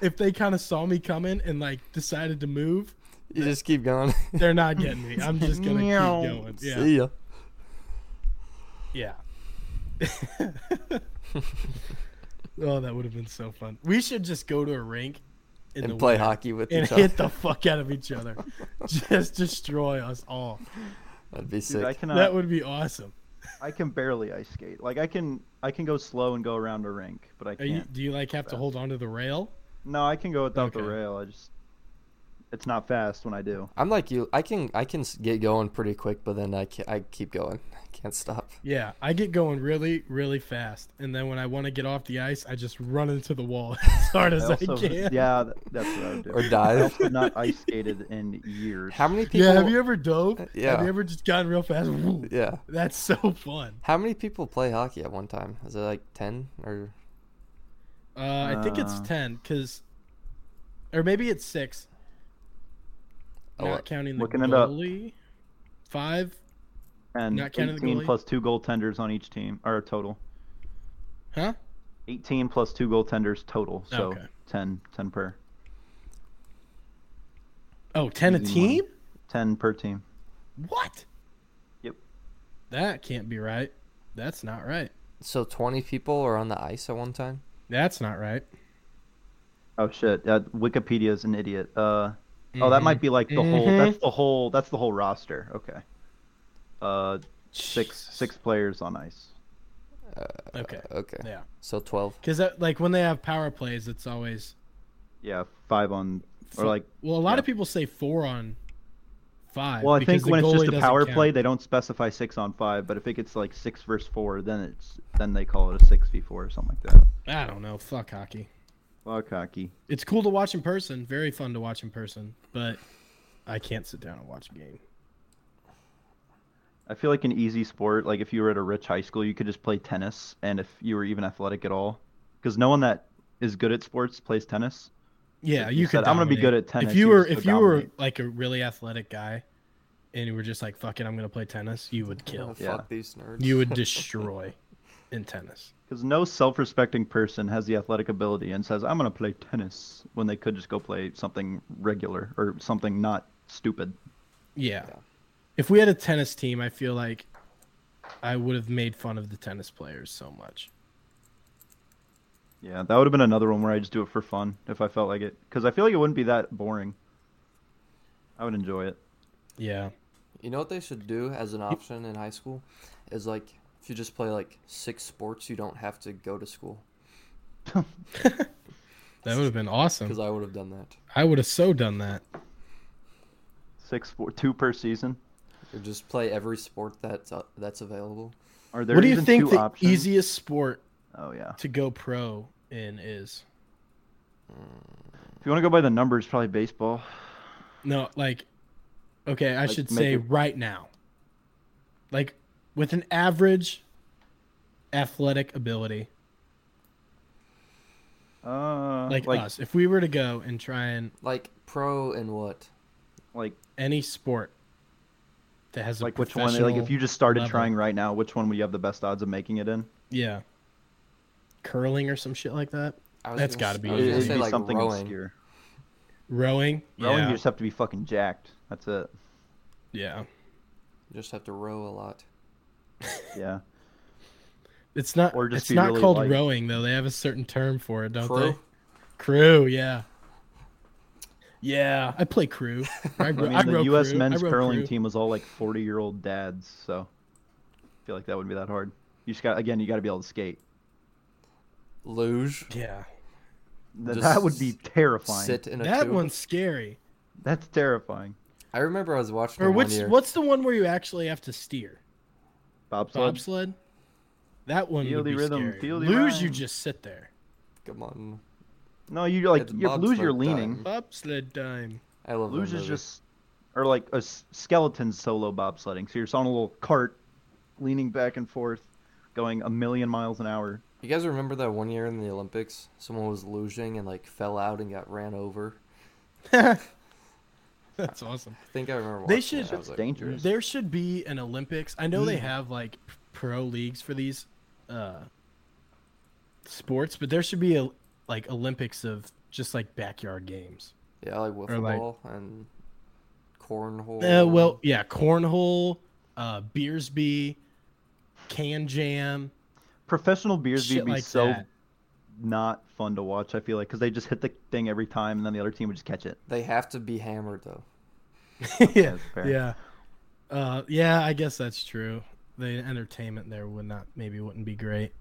if they kind of saw me coming and like decided to move,
you just keep going.
they're not getting me. I'm just gonna keep
Meow.
going. Yeah.
See ya.
Yeah. oh, that would have been so fun. We should just go to a rink in
And
the
play
winter
hockey with
and
each other.
hit the fuck out of each other. just destroy us all.
That'd be
Dude, I
sick.
cannot.
That would be awesome.
I can barely ice skate. Like I can, I can go slow and go around a rink, but I
Are
can't.
you, do you like have to hold onto the rail?
No, I can go without
Okay.
the rail. I just it's not fast when I do.
I'm like you. I can I can s- get going pretty quick, but then I can, I keep going. I can't stop.
Yeah, I get going really, really fast, and then when I want to get off the ice, I just run into the wall as hard as I,
also-
can.
yeah, th- that's what I would do.
Or dive.
I also not ice skated in years.
How many people?
Yeah, have you ever dove?
Yeah.
Have you ever just gotten real fast? Woo.
yeah.
That's so fun.
How many people play hockey at one time? Is it like ten or?
Uh, I think it's
Uh.
10, because. Or maybe it's 6.
Oh,
not
well,
counting the
looking it up.
goalie. 5?
and
Not counting the
18
goalie?
plus two goaltenders on each team, or total.
Huh?
18 plus two goaltenders total, so
Okay.
10, 10 per,
Oh, 10 a
Easy
team?
10 per team.
What?
Yep.
That can't be right. That's not right.
so twenty people are on the ice at one time.
That's not right.
Oh shit! Uh, Wikipedia is an idiot. Uh, oh, that might be like the whole.
Mhm.
That's the whole. That's the whole roster. Okay. Uh, six
Jesus.
six players on ice.
Okay.
Okay.
Yeah.
So twelve.
Because like when they have power plays, it's always
Yeah, five on or like.
well, a lot
yeah.
of people say four on five.
Well, I
because
think
the
when it's
goalie
just a
doesn't
power
count.
play, they don't specify six on five. But if it gets like six versus four, then it's then they call it a six v four or something like that.
I don't know. Fuck hockey.
Fuck hockey.
It's cool to watch in person. Very fun to watch in person, but I can't sit down and watch a game.
I feel like an easy sport, like if you were at a rich high school, you could just play tennis, and if you were even athletic at all, because no one that is good at sports plays tennis.
Yeah,
If you
you could.
said, "I'm gonna be
dominate.
good at tennis,"
If you
you
were,
just
if
would
you were
dominate.
like a really athletic guy, and you were just like, "Fuck it, I'm gonna play tennis," you would
Oh,
kill.
Yeah.
Fuck these nerds.
You would destroy in tennis.
Because no self-respecting person has the athletic ability and says, "I'm gonna play tennis," when they could just go play something regular or something not stupid.
Yeah. If we had a tennis team, I feel like I would have made fun of the tennis players so much.
Yeah, that would have been another one where I just do it for fun if I felt like it, because I feel like it wouldn't be that boring. I would enjoy it.
Yeah.
You know what they should do as an option in high school is like if you just play like six sports, you don't have to go to school.
That would have been
Because
awesome.
I would have done that.
I would have so done that.
Six, four, two per season.
Or just play every sport that's uh, that's available.
Are there
what do you
even
think
two
the
options?
easiest sport
Oh yeah.
to go pro in is?
If you want to go by the numbers, probably baseball.
No, like, okay, I
Like,
should
make
say
it-
right now. Like, with an average athletic ability
Uh,
like,
like
us, if we were to go and try and
Like pro and what?
like
any sport that has a
like which one? Like if
professional-
you just started
level.
trying right now, which one would you have the best odds of making it in?
Yeah. Curling or some shit like that.
I was
That's
gonna
gotta
s-
be
I was
easy.
gonna
It'd
It'd
say
be
like
something
rowing.
obscure.
Rowing.
Rowing,
yeah.
you just have to be fucking jacked. That's it.
yeah.
You just have to row a lot.
Yeah.
It's not.
Or just
it's
be
not
really
called
light.
rowing though. They have a certain term for it, don't
Crew?
they? Crew. Yeah. Yeah, I play crew. I,
I
row-
mean,
I
the
row
U.S.
crew. I
men's
row
curling
crew.
team was all like 40 year old dads, so I feel like that wouldn't be that hard. You just got again, you got to be able to skate.
Luge.
Yeah,
Th-
Just
that would be
s-
terrifying.
Sit in a
that
tube.
one's scary.
That's terrifying.
I remember I was watching
Or
it one
what's
year.
what's the one where you actually have to steer?
Bobsled.
Bobsled. That one would
Fieldy
be
rhythm,
scary.
fieldy
Lose, you
rhyme.
just sit there.
Come on.
No, you like
It's
you lose your
bobsled
leaning.
time.
Bobsled time.
I love
Luge
loses
is just, or like a s- skeleton solo bobsledding. So you're just on a little cart, leaning back and forth, going a million miles an hour.
You guys remember that one year in the Olympics, someone was losing and like fell out and got ran over.
That's awesome.
I think I remember.
They
Watching
should-
That. I was like,
dangerous.
There should be an Olympics. I
Mm.
know they have like p- pro leagues for these uh sports, but there should be a like Olympics of just like backyard games.
Yeah, like
Or,
wiffle
like-
ball and cornhole.
Uh, well, yeah, cornhole, uh beersby, can jam,
Professional beers
shit
would be
like
so
that.
not fun to watch. I feel like because they just hit the thing every time, and then the other team would just catch it.
they have to be hammered though.
yeah,
fair.
yeah, uh, yeah. I guess that's true. The entertainment there would not maybe wouldn't be great.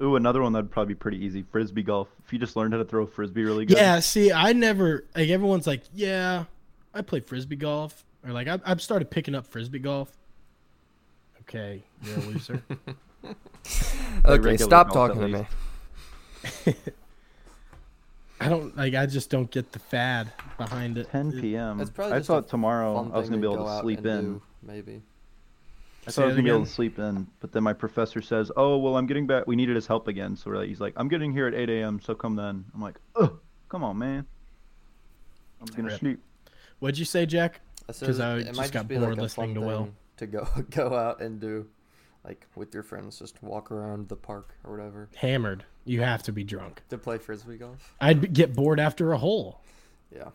Ooh, another one that'd probably be pretty easy. Frisbee golf. If you just learned how to throw a frisbee really good.
Yeah, see, I never like everyone's like, yeah, I play frisbee golf, or like I, I've started picking up frisbee golf. Okay, you're a loser.
Okay,
regular
stop
golf, at
talking to me.
least.
I don't like. I just don't get the fad behind it.
10 p.m.
That's probably
I
just a
thought tomorrow
Fun
I was
thing
gonna be
go
able to
out
sleep in.
and do, maybe.
I
Say
thought I was
that
gonna be able
again?
to sleep in, but then my professor says, "Oh, well, I'm getting back. We needed his help again." So we're like, he's like, "I'm getting here at 8 a.m. So come then." I'm like, "Oh, come on, man. I'm gonna
Rip.
sleep."
What'd you say, Jack?
I said
'Cause
it-
I
it
just
might
got
be
bored
like a
listening
fun
to Will.
thing to go go out and do, like with your friends, just walk around the park or whatever
Hammered. You have to be drunk.
to play frisbee golf.
I'd be- get bored after a hole.
Yeah,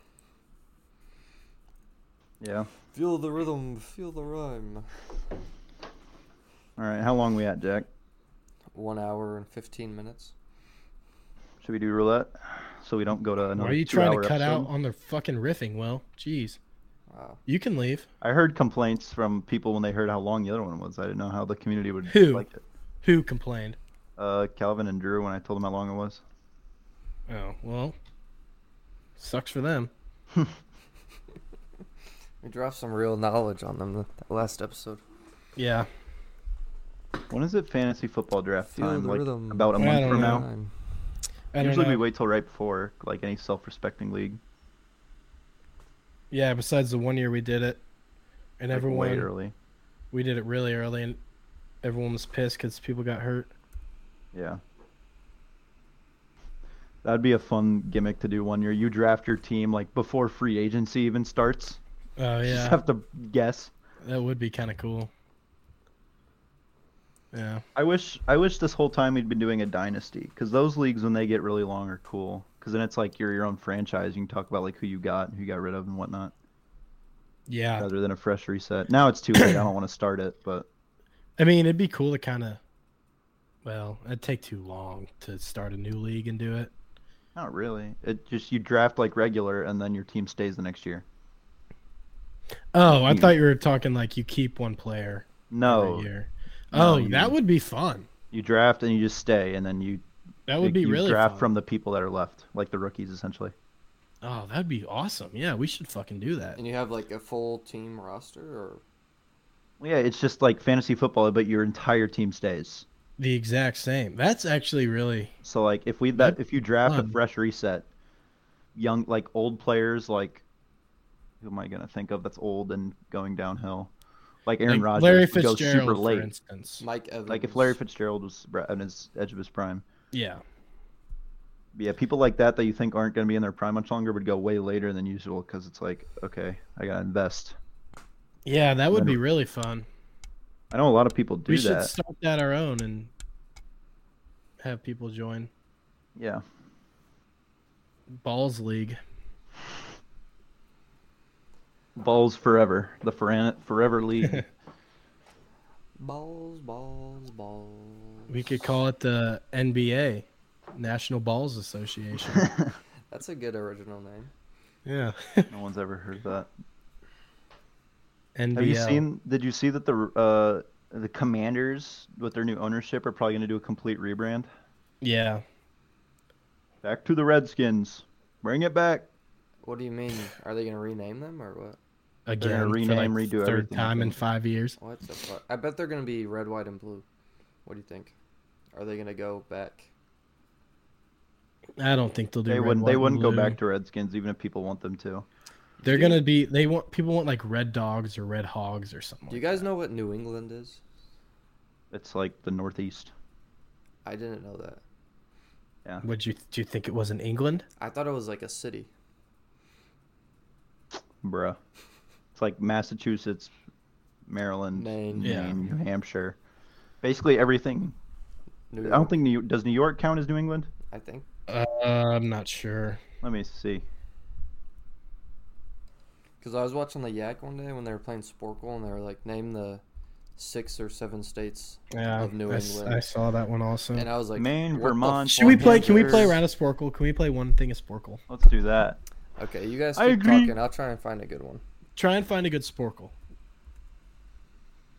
Yeah. All
feel the rhythm, feel the rhyme.
right. How long we at, Jack?
One hour and fifteen minutes.
Should we do roulette? So we don't go to another
Why are you trying
two-hour
to cut
episode?
out on their fucking riffing? Well, jeez,
Wow.
you can leave.
I heard complaints from people when they heard how long the other one was. I didn't know how the community would
Who?
like it.
Who complained?
Uh, Calvin and Drew when I told them how long it was.
Oh well, sucks for them.
We dropped some real knowledge on them the the last episode.
Yeah,
When is it fantasy football draft
Feel
time?
the
Like
rhythm.
about a
I
month
don't
from
know.
now.
Rhyme.
I don't
Usually we
know.
wait till right before, like any self-respecting league.
yeah. Besides the one year we did it, and
like,
everyone
way early.
we did it really early, and everyone was pissed because people got hurt.
Yeah. That'd be a fun gimmick to do one year. You draft your team like before free agency even starts.
Oh
You Just
yeah,
have to guess.
that would be kind of cool. Yeah,
I wish I wish this whole time we'd been doing a dynasty cuz those leagues when they get really long are cool cuz then it's like you're your own franchise. You can talk about like who you got, and who you got rid of and whatnot
yeah.
rather than a fresh reset. Now it's too late. I don't want to start it, but
I mean, it'd be cool to kind of. Well, it'd take too long to start a new league and do it.
not really. It just you draft like regular and then your team stays the next year.
Oh, I
Yeah.
thought you were talking like you keep one player
Hmm. No.
every year.
No,
oh,
you-
that would be fun.
You draft and you just stay and then you
That would
you-
be
you
really
draft
fun.
from the people that are left, like the rookies essentially.
Oh, that'd be awesome. Yeah, we should fucking do that.
And you have like a full team roster, or
Well, yeah, it's just like fantasy football, but your entire team stays.
The exact same. That's actually really
So like if we that if you draft
fun.
a fresh reset, young like old players like who am I gonna think of that's old and going downhill, like Aaron
like,
Rodgers
Larry
who goes
Fitzgerald,
super
for
late.
instance.
Mike Evans.
Like if Larry Fitzgerald was br- on his edge of his prime,
Yeah,
yeah, people like that that you think aren't gonna be in their prime much longer would go way later than usual because it's like okay, I gotta invest.
yeah, that would
Then-
be really fun.
I know a lot of people do
we should
that.
start that our own and have people join
Yeah,
Balls League.
balls forever, the foran- forever league.
balls, balls, balls.
We could call it the NBA, National Balls Association.
That's a good original name.
yeah,
no one's ever heard that.
NBL.
Have you seen? Did you see that the uh, the Commanders with their new ownership are probably going to do a complete rebrand?
Yeah,
Back to the Redskins. Bring it back.
What do you mean? Are they gonna rename them or what?
again, for,
rename,
like,
redo
third
everything, I
time in
think.
five years.
What the fuck? I bet they're gonna be red, white, and blue. What do you think? Are they gonna go back?
I don't think they'll do.
They
red,
wouldn't.
white,
They
and
wouldn't go
blue.
back to Redskins even if people want them to.
They're gonna be. They want people want like red dogs or red hogs or something.
Do you
like
guys
that.
know what New England is?
It's like the Northeast.
I didn't know that.
Would you do you think it was in England?
I thought it was like a city.
Bruh. It's like Massachusetts, Maryland,
Maine.
Yeah.
Maine, New Hampshire. Basically everything.
New
I
York.
don't think New does New York count as New England.
I think.
Uh, I'm not sure.
Let me see.
Because I was watching the Yak one day when they were playing Sporkle and they were like, name the six or seven states
Yeah,
of New
I, s-
England.
I saw that one also.
And I was like,
Maine,
what the
Vermont,
Should we
fuck
play? Can we
is
play
this?
around a Sporkle? Can we play one thing of Sporkle?
Let's do that.
Okay, you guys
I
keep
agree.
talking. I'll try and find a good one.
Try and find a good Sporkle.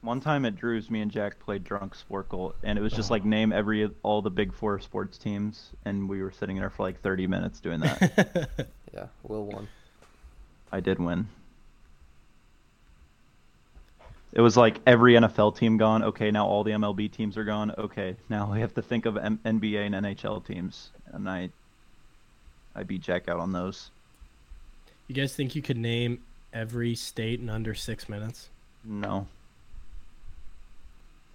One time at Drew's, me and Jack played drunk Sporkle, and it was just like
Oh.
name every all the big four sports teams, and we were sitting there for like 30 minutes doing
Uh,
that.
Yeah, Will won.
I did win. It was like every NFL team gone. Okay, now all the MLB teams are gone. Okay, now we have to think of M- NBA and NHL teams, and I, I beat Jack out on those.
You guys think you could name every state in under six minutes?
No.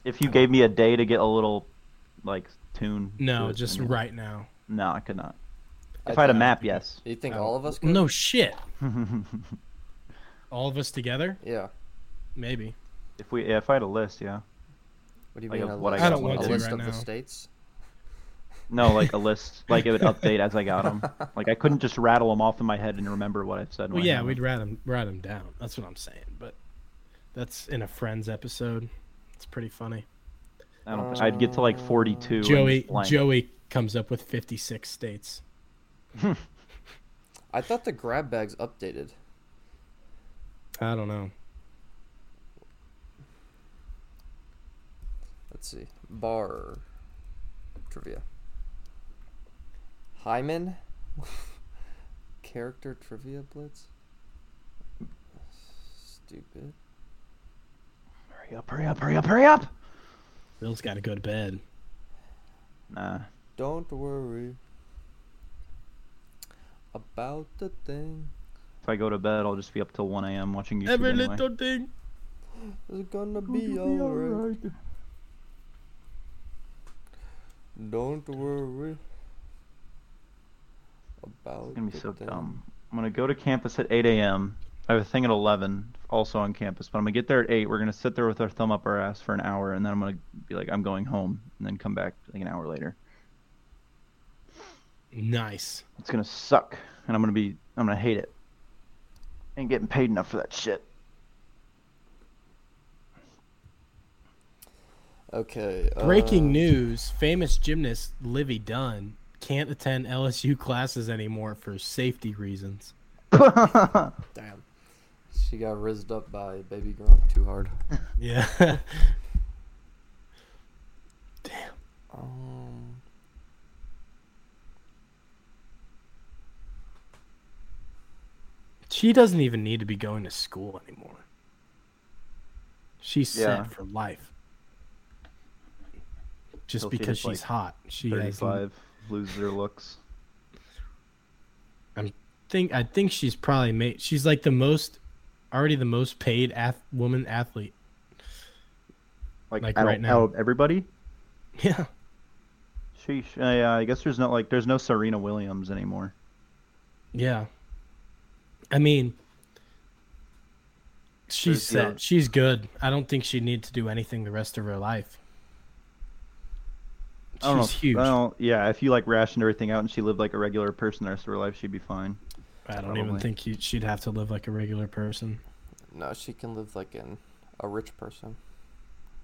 If you gave me a day to get a little, like tune. to
No,
it,
just
I mean,
right now.
No, I could not. If I had a map, yes.
You think
Oh.
all of us? Could?
No shit. All of us together?
Yeah.
Maybe.
If we, if I had a list, yeah.
What do you
Like
mean?
of
a
what I
list-
I don't want
a
to
list
right
of
now.
the states.
No, like a list, like it would update as I got them. Like I couldn't just rattle them off in my head and remember what I've said.
Well,
when I
yeah,
had
we'd
'em.
write them, write them down. That's what I'm saying. But that's in a Friends episode. It's pretty funny.
I don't, think- I'd get to like
Uh,
42. and
Joey
just blank.
Joey comes up with 56 states.
I thought the grab bags updated.
I don't know.
Let's see. Bar trivia. Hyman. Character trivia blitz. Stupid.
Hurry up! Hurry up! Hurry up! Hurry up!
Bill's got to go to bed.
Nah.
Don't worry about the thing.
If I go to bed, I'll just be up till 1 a.m. watching YouTube.
Every
anyway.
little thing.
It's gonna be alright. Don't worry about
It's gonna be
the
so
thing.
dumb. I'm gonna go to campus at 8 a.m. I have a thing at 11, also on campus. But I'm gonna get there at 8. We're gonna sit there with our thumb up our ass for an hour, and then I'm gonna be like, I'm going home, and then come back like an hour later.
Nice.
It's gonna suck, and I'm gonna be, I'm gonna hate it. Ain't getting paid enough for that shit.
Okay.
Breaking
uh,
news: Famous gymnast Livy Dunn can't attend LSU classes anymore for safety reasons.
Damn. She got rizzed up by Baby Gronk too hard.
Yeah.
Um.
she doesn't even need to be going to school anymore. She's
Yeah.
set for life. Just
Till she
because
hits, like,
she's hot. She has
35, lose their looks.
think I think she's probably made she's like the most already the most paid ath- woman athlete.
Like,
Like
out,
right now.
out of everybody.
Yeah.
Sheesh. I, uh, I guess there's not like, there's no Serena Williams anymore.
Yeah. I mean, she's
There's the other-
set. She's good. I don't think she needs to do anything the rest of her life.
I don't know.
She's huge. I don't,
Well, yeah, if you like rationed everything out and she lived like a regular person the rest of her life, she'd be fine.
even
probably.
think you, she'd have to live like a regular person.
No, she can live like an a rich person.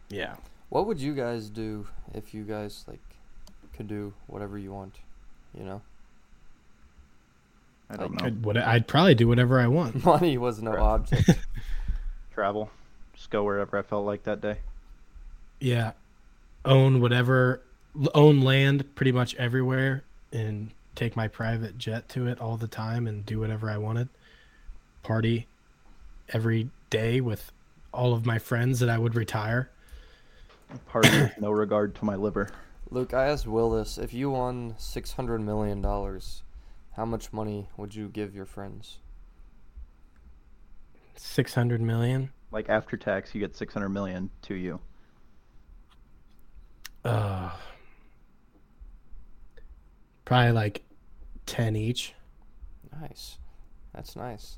Yeah.
What would you guys do if you guys like could do whatever you want? You know,
I don't
Like,
know.
I'd, what, I'd probably do whatever I want.
money was no
Right.
object.
Travel, just go wherever I felt like that day.
Yeah. Own whatever, own land pretty much everywhere and take my private jet to it all the time and do whatever I wanted. Party every day with all of my friends that I would retire.
Party with no regard to my liver.
Luke, I asked Will this: If you won six hundred million dollars, how much money would you give your friends?
600 million.
Like after tax, you get six hundred million to you.
Uh, probably like 10 each.
Nice, that's nice.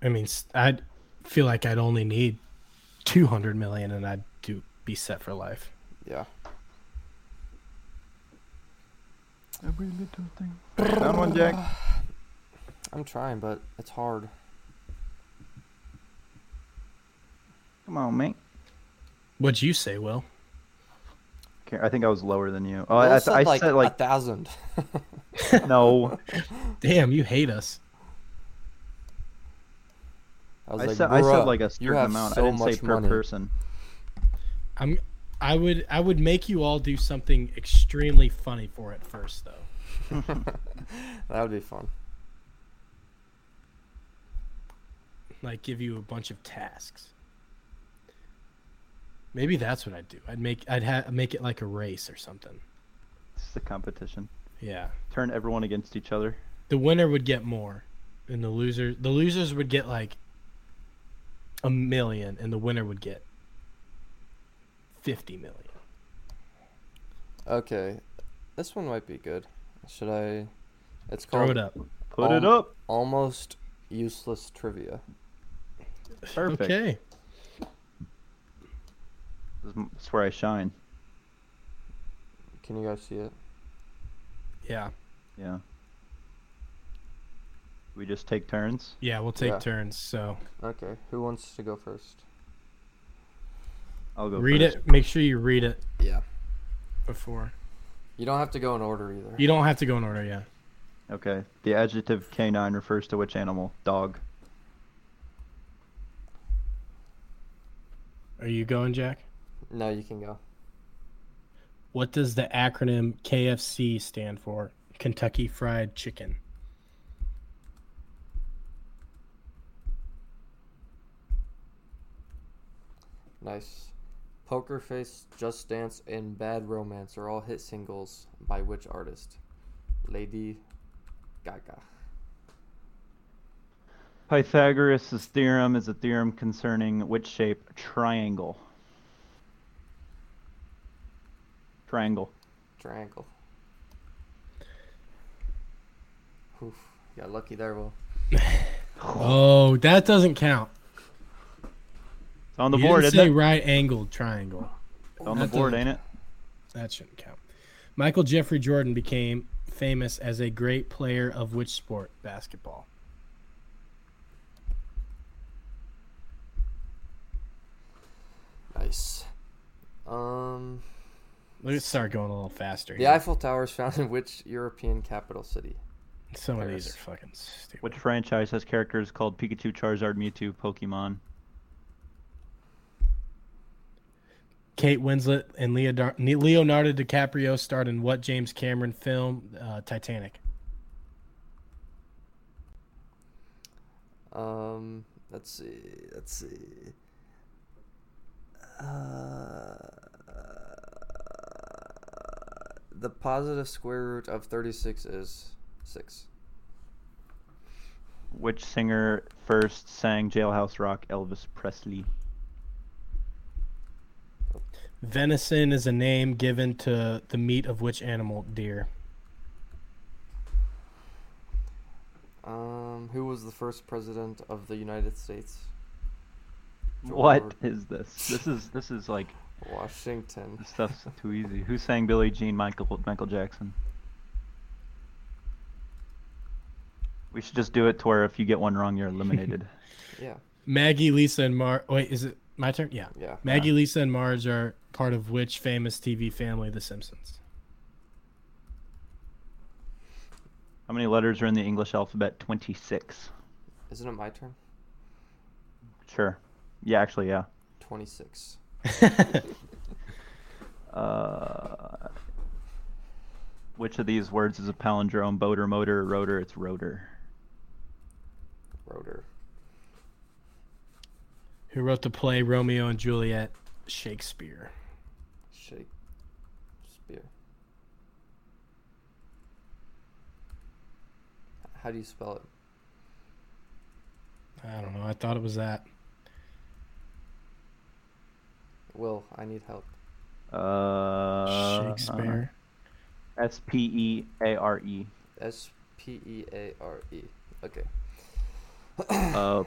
I mean, s- I'd feel like I'd only need 200 million and I'd do be set for life.
Yeah.
Every little thing. Found one, Jack.
I'm trying, but it's hard.
Come on, mate.
What'd you say, Will?
Okay, I think I was lower than you. Oh,
Will
I, I,
said,
I
like,
said
a
like
thousand.
no.
Damn, you hate us.
I was
I
like,
said I said
"Bruh,
like a
you
certain
have
amount.
so
I didn't say
much
per
money.
person.
I'm I would I would make you all do something extremely funny for it first though.
that would be fun.
Like give you a bunch of tasks. Maybe that's what I'd do. I'd make I'd ha- make it like a race or something.
It's the competition.
Yeah.
Turn everyone against each other.
The winner would get more and the loser the losers would get like a million and the winner would get 50 million.
Okay, this one might be good. Should I? It's
Throw it
called
up.
Put it
Um,
up.
almost useless trivia.
Perfect.
Okay.
This is- This is where I shine.
Can you guys see it?
Yeah.
Yeah. We just take turns.
Yeah, we'll take
Yeah.
turns. So
Okay, who wants to go first?
I'll go
read
first.
it. Make sure you read it
Yeah.
before.
You don't have to go in order either.
You don't have to go in order, yeah.
Okay. The adjective canine refers to which animal? Dog.
Are you going, Jack?
No, you can go.
What does the acronym KFC stand for? Kentucky Fried Chicken.
Nice. Poker Face, Just Dance, and Bad Romance are all hit singles by which artist? Lady Gaga.
Pythagoras' theorem is a theorem concerning which shape? Triangle. Triangle.
Triangle. Oof. Got lucky there, Will.
Oh, that doesn't count.
It's on the
You
board,
didn't
isn't
say
it?
right angled triangle.
It's on the
That
board,
doesn't-
ain't it?
That shouldn't count. Michael Jeffrey Jordan became famous as a great player of which sport? Basketball.
Nice. Um,
Let's start going a little faster.
the
here.
Eiffel Tower is found in which European capital city?
Some of these
Paris.
are fucking stupid.
Which franchise has characters called Pikachu, Charizard, Mewtwo, Pokemon?
Kate Winslet and Leodar- Leonardo DiCaprio starred in what James Cameron film? Uh, Titanic.
Um, let's see. Let's see. Uh, the positive square root of 36 is 6.
Which singer first sang Jailhouse Rock? Elvis Presley.
Venison is a name given to the meat of which animal? Deer.
Um, who was the first president of the United States?
What is this? This is this is like
George Washington.
this stuff's too easy. Who sang Billie Jean? Michael Michael Jackson. We should just do it to where if you get one wrong, you're eliminated.
Yeah,
Maggie, Lisa, and Mar. Wait, is it my turn? Yeah.
yeah.
Maggie, Lisa, and Marge are part of which famous TV family? The Simpsons.
How many letters are in the English alphabet? Twenty-six.
Isn't it my turn?
Sure. Yeah, actually, yeah.
26.
Uh, which of these words is a palindrome? Boater, motor, rotor. It's rotor.
Rotor.
Who wrote the play Romeo and Juliet? Shakespeare.
Shakespeare. How do you spell it?
I don't know. I thought it was that.
Will, I need help.
Uh,
Shakespeare.
S P E A R E.
S P E A R E. Okay.
Uh,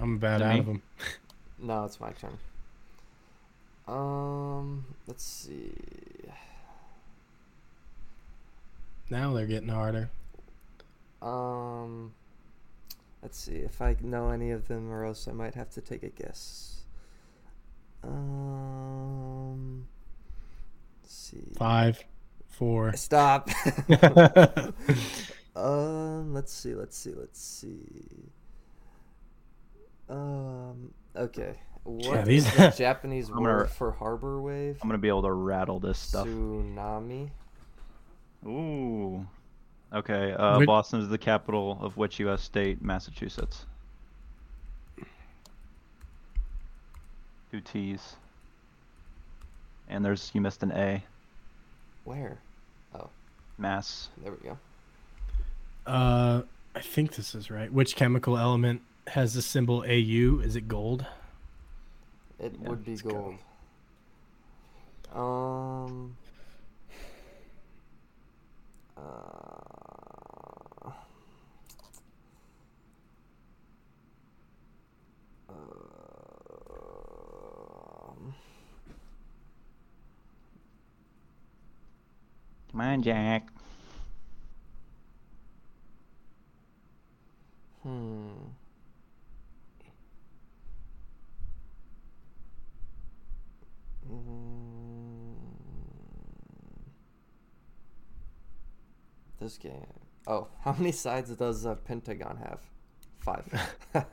I'm about
Is it
out
uh-huh. me?
of them.
Now it's my turn. Um, let's see.
Now they're getting harder.
Um, let's see if I know any of them, or else I might have to take a guess. Um, let's see.
Five, four.
Stop.
Who
um, let's see. Let's see. Let's see. Um. Okay. What
Yeah,
is
these-
the Japanese
I'm gonna-
word for harbor wave?
I'm gonna be able to rattle this stuff.
Tsunami.
Ooh. Okay. Uh,
Which-
Boston is the capital of which U.S. state? Massachusetts. Two T's. And there's you missed an A.
Where?
Mass.
There we go.
Uh, I think this is right. Which chemical element has the symbol AU? Is it gold?
It
Yeah,
would be
it's gold.
gold. Um. Uh, um,
Come on, Jack.
hmm. Mm. This game. Oh, how many sides does a pentagon have? Five. that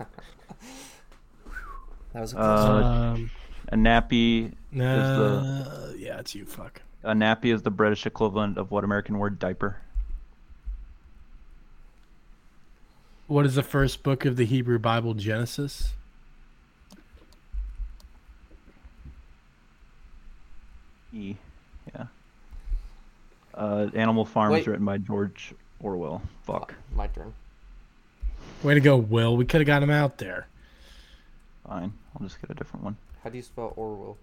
was a close
Uh,
one.
um,
A nappy.
nah, yeah, it's you. Fuck.
A nappy is the British equivalent of what American word diaper?
What is the first book of the Hebrew Bible? Genesis.
E. Yeah. Uh, Animal Farm is
Wait.
written by George Orwell. Fuck.
My turn.
Way to go, Will. We could have got him out there.
Fine. I'll just get a different one.
How do you spell Orwell?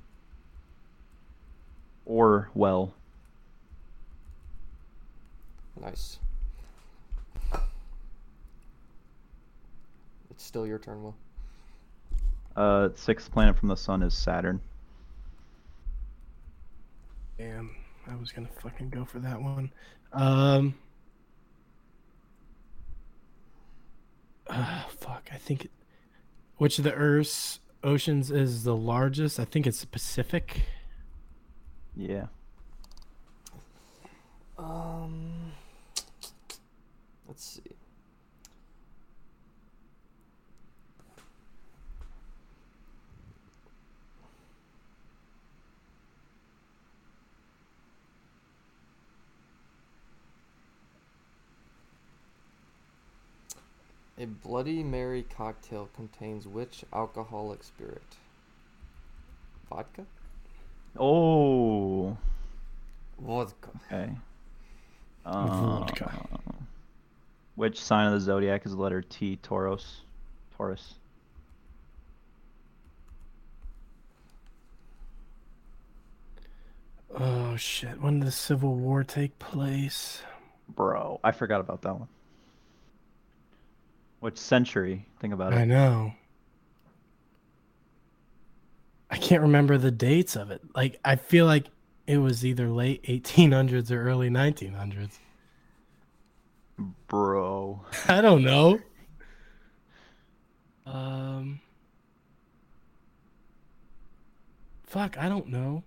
Orwell.
Nice. It's still your turn, Will.
Uh, sixth planet from the sun is Saturn.
Damn, I was gonna fucking go for that one. Um. ah, fuck. I think. It, which of the Earth's oceans is the largest? I think it's the Pacific.
Yeah.
Um, let's see. A Bloody Mary cocktail contains which alcoholic spirit? Vodka?
Oh.
Vodka.
Okay. Uh,
Vodka.
which sign of the zodiac is the letter T? Taurus. Taurus.
Oh shit! When did the Civil War take place?
Bro, I forgot about that one. Which century? Think about
I
it.
know. I can't remember the dates of it. Like I feel like it was either late 1800s or early 1900s.
Bro.
I don't know. Um. Fuck, I don't know.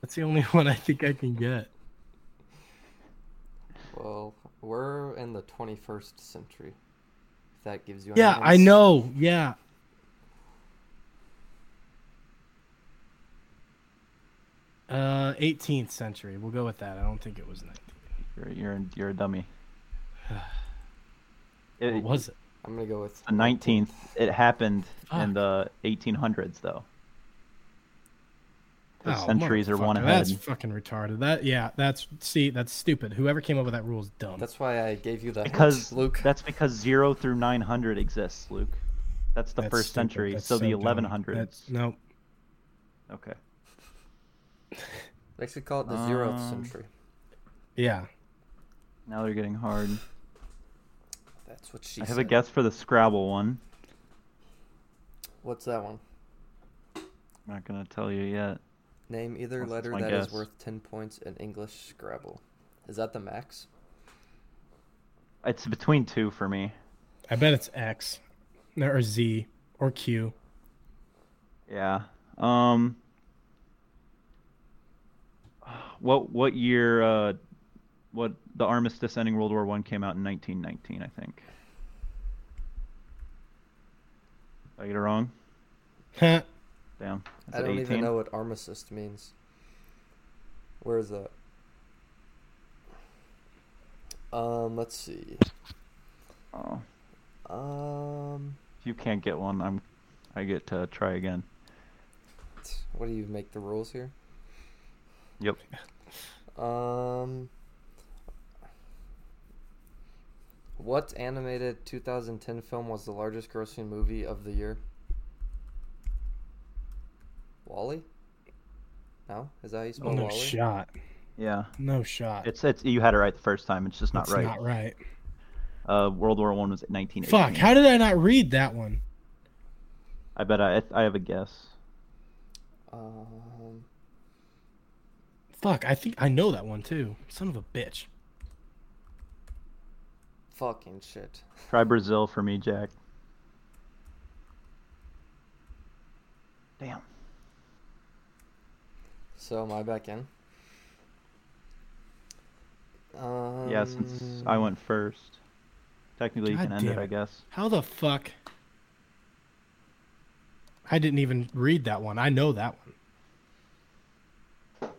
That's the only one I think I can get.
Well, we're in the 21st century. If that gives you. any
Yeah, I
hints.
know. Yeah. Uh, 18th century. We'll go with that. I don't think it was 19th.
You're you're you're a dummy.
What
It,
was it?
I'm gonna go with
the 19th. It happened
Fuck.
in the 1800s though. The
Oh,
centuries are one
motherfucker,
ahead.
That's fucking retarded. That yeah. That's see. That's stupid. Whoever came up with that rule is dumb.
That's why I gave you that hint,
Because
Luke.
That's because zero through nine hundred exists, Luke. That's the
That's
first
stupid.
century,
That's
so, the
dumb.
eleven
That's-
hundreds.
No,
Okay.
They should call it the zeroth
Um,
century.
yeah.
Now they're getting hard.
That's what she.
I have
said.
a guess for the Scrabble one.
What's that one?
I'm not gonna tell you yet.
Name either
That's
letter
my
that is
guess.
worth ten points in English Scrabble. Is that the max?
It's between two for me.
I bet it's X, No, or Z, or Q.
Yeah. Um. What what year? Uh, what the armistice ending World War One came out in 1919, I think. Did I get it wrong?
Huh.
Damn. Is
I
it
don't
18?
even know what armistice means. Where is that? Um, let's see.
Oh,
Um,
if you can't get one, I'm. I get to try again.
t- what do you make the rules here?
Yep.
Um, what animated 2010 film was the largest grossing movie of the year? Wally? No, is that how you spell
Oh, no
Wally?
shot.
Yeah.
No shot.
Oh, It's it's you had it right the first time. It's just not
It's
right.
Not right.
Uh, World War One was 1918.
Fuck. How did I not read that one?
I bet I I have a guess.
Um,
Fuck. I think I know that one too. Son of a bitch.
fucking shit.
Try Brazil for me, Jack. Damn.
So am I back in? Um,
Yeah, since I went first, technically you
God
can end
damn
it,
it.
I guess.
How the fuck? I didn't even read that one. I know that one.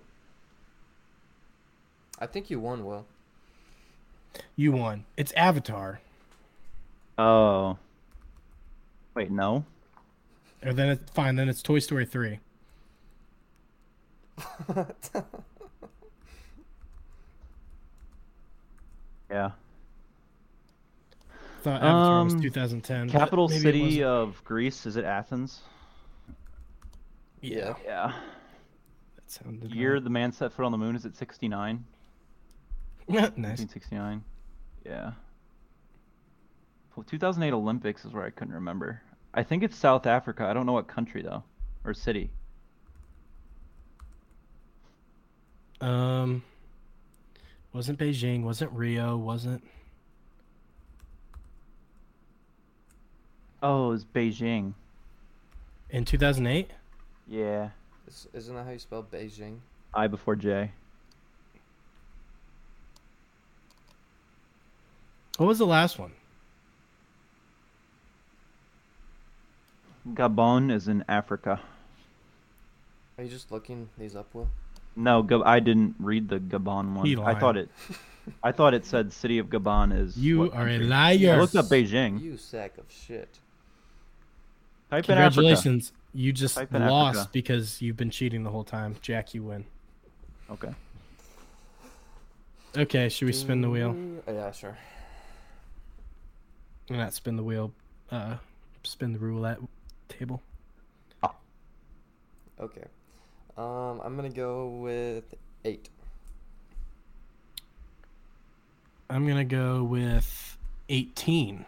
I think you won, Will.
You won. It's Avatar.
Oh. Wait, no.
Or then it's fine. Then it's Toy Story three.
Yeah.
Thought Avatar was
Um,
2010. but
Capital
maybe it
city uh,
wasn't.
of Greece is it Athens?
yeah.
Yeah.
That sounded
Year the man set foot on the moon is it 69?
right. nice.
1969. Yeah. Well, 2008 Olympics is where I couldn't remember. I think it's South Africa. I don't know what country though, or city.
Um, wasn't Beijing? Wasn't Rio? Wasn't
Oh, it's Beijing.
in 2008?
Yeah.
Is, isn't that how you spell Beijing?
I before J.
What was the last one?
Gabon is in Africa.
Are you just looking these up, Will?
No, Gab- I didn't read the Gabon
He
one. I thought
lied.
it. I thought it said city of Gabon is.
You
what
are a
country?
liar.
I looked up Beijing.
You sack of shit.
Type in Africa.
Congratulations. You just
Type in
lost
Africa.
because you've been cheating the whole time. Jack, you win.
Okay.
Okay, should we spin the wheel?
Oh, yeah, sure.
Or Not spin the wheel. Uh, spin the roulette table.
Okay. Um, I'm gonna go with eight.
I'm gonna go with 18.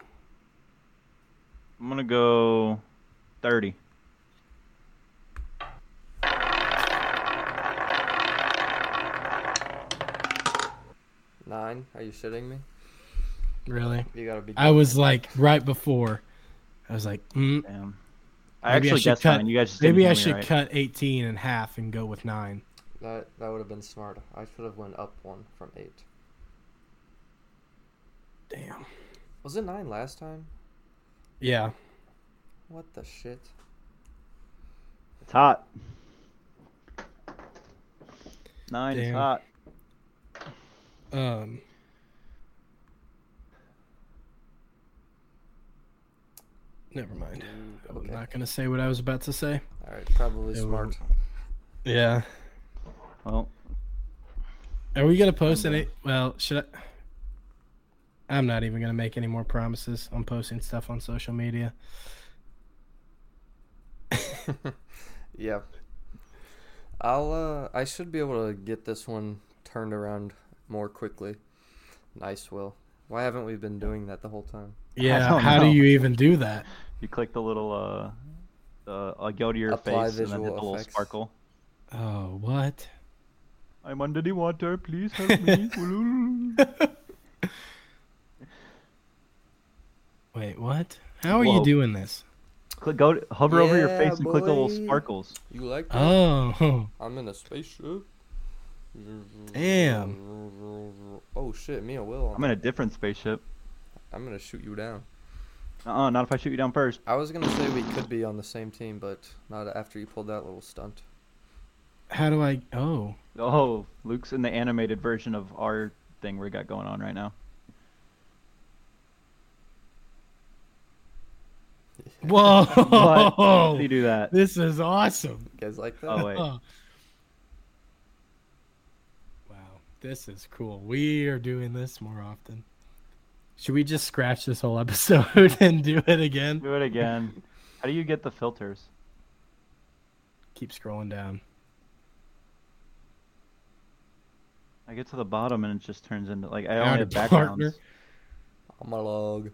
I'm gonna go thirty.
Nine? Are you shitting me?
Really?
You gotta be.
I was like right before. I was like, mm,
Damn. I
Maybe I
actually
should
guessed
cut-
mine. You guys just
maybe
didn't
I
hear me
should cut
right.
18 in half and go with nine.
That that would have been smart. I should have went up one from eight.
Damn.
Was it nine last time?
Yeah.
What the shit?
It's hot. Nine is
Damn.
hot.
Um. Never mind. I'm
Okay.
not gonna say what I was about to say.
All right. Probably
It
smart.
Yeah.
Well,
Are we gonna post
I'm
any? Well, should I? I'm not even gonna make any more promises. I'm posting stuff on social media.
yeah. I'll. Uh, I should be able to get this one turned around more quickly. Nice, Will. Why haven't we been doing that the whole time?
Yeah.
don't
How do
know.
you even do that?
you click the little uh, uh, uh go to your
Apply
face and then hit the
visual
little
effects.
sparkle.
Oh, what?
I'm under the water. Please help me.
Wait, what? How are you
Whoa.
doing this?
click, go to- hover over your
Yeah,
face and click the little
boy.
sparkles.
You like that?
Oh,
I'm in a spaceship.
Damn.
Oh shit, me and Will. I'm
I'm in a different spaceship.
I'm gonna shoot you down.
Uh-uh, not if I shoot you down first.
I was gonna say we could be on the same team, but not after you pulled that little stunt.
How do I? Oh,
Oh, Luke's in the animated version of our thing we got going on right now.
whoa! Oh.
But you do that.
this is awesome.
You guys like that?
Oh wait.
Oh. Wow, this is cool. We are doing this more often. Should we just scratch this whole episode and do it again?
Do it again. How do you get the filters?
Keep scrolling down.
I get to the bottom and it just turns into like I
Out
only
of
have backgrounds.
partner.
I'm a log.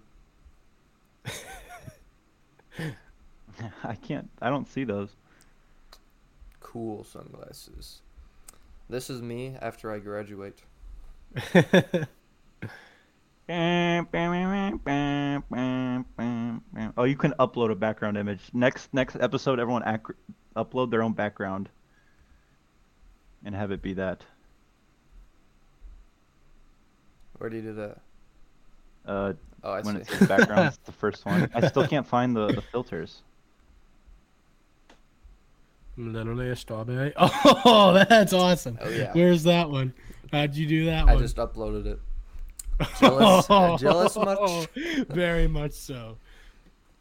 I can't. I don't see those.
Cool sunglasses. This is me after I graduate.
Oh, you can upload a background image. Next next episode, everyone ac- upload their own background and have it be that.
Where do you do that?
Uh,
Oh, I
when
see.
it says background, it's the first one. I still can't find the, the filters.
I'm literally a strawberry. Oh, that's awesome.
Oh, yeah.
Where's that one? How'd you do that
I
one?
just uploaded it. jealous- uh, jealous much?
Very much so.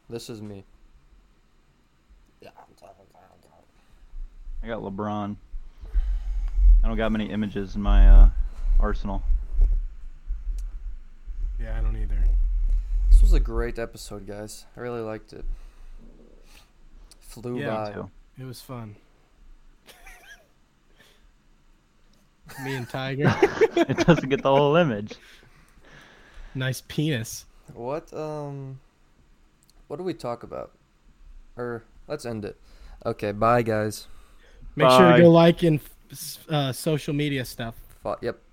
This is me.
I got LeBron. I don't got many images in my uh, arsenal.
Yeah, I don't either.
This was a great episode, guys. I really liked it. Flew
Yeah, me
by.
too.
It was fun. Me and Tiger.
It doesn't get the whole image.
nice penis.
What um what do we talk about? Or let's end it. Okay, bye guys.
Make sure
Bye.
to go like and uh, social media stuff.
Fo- yep,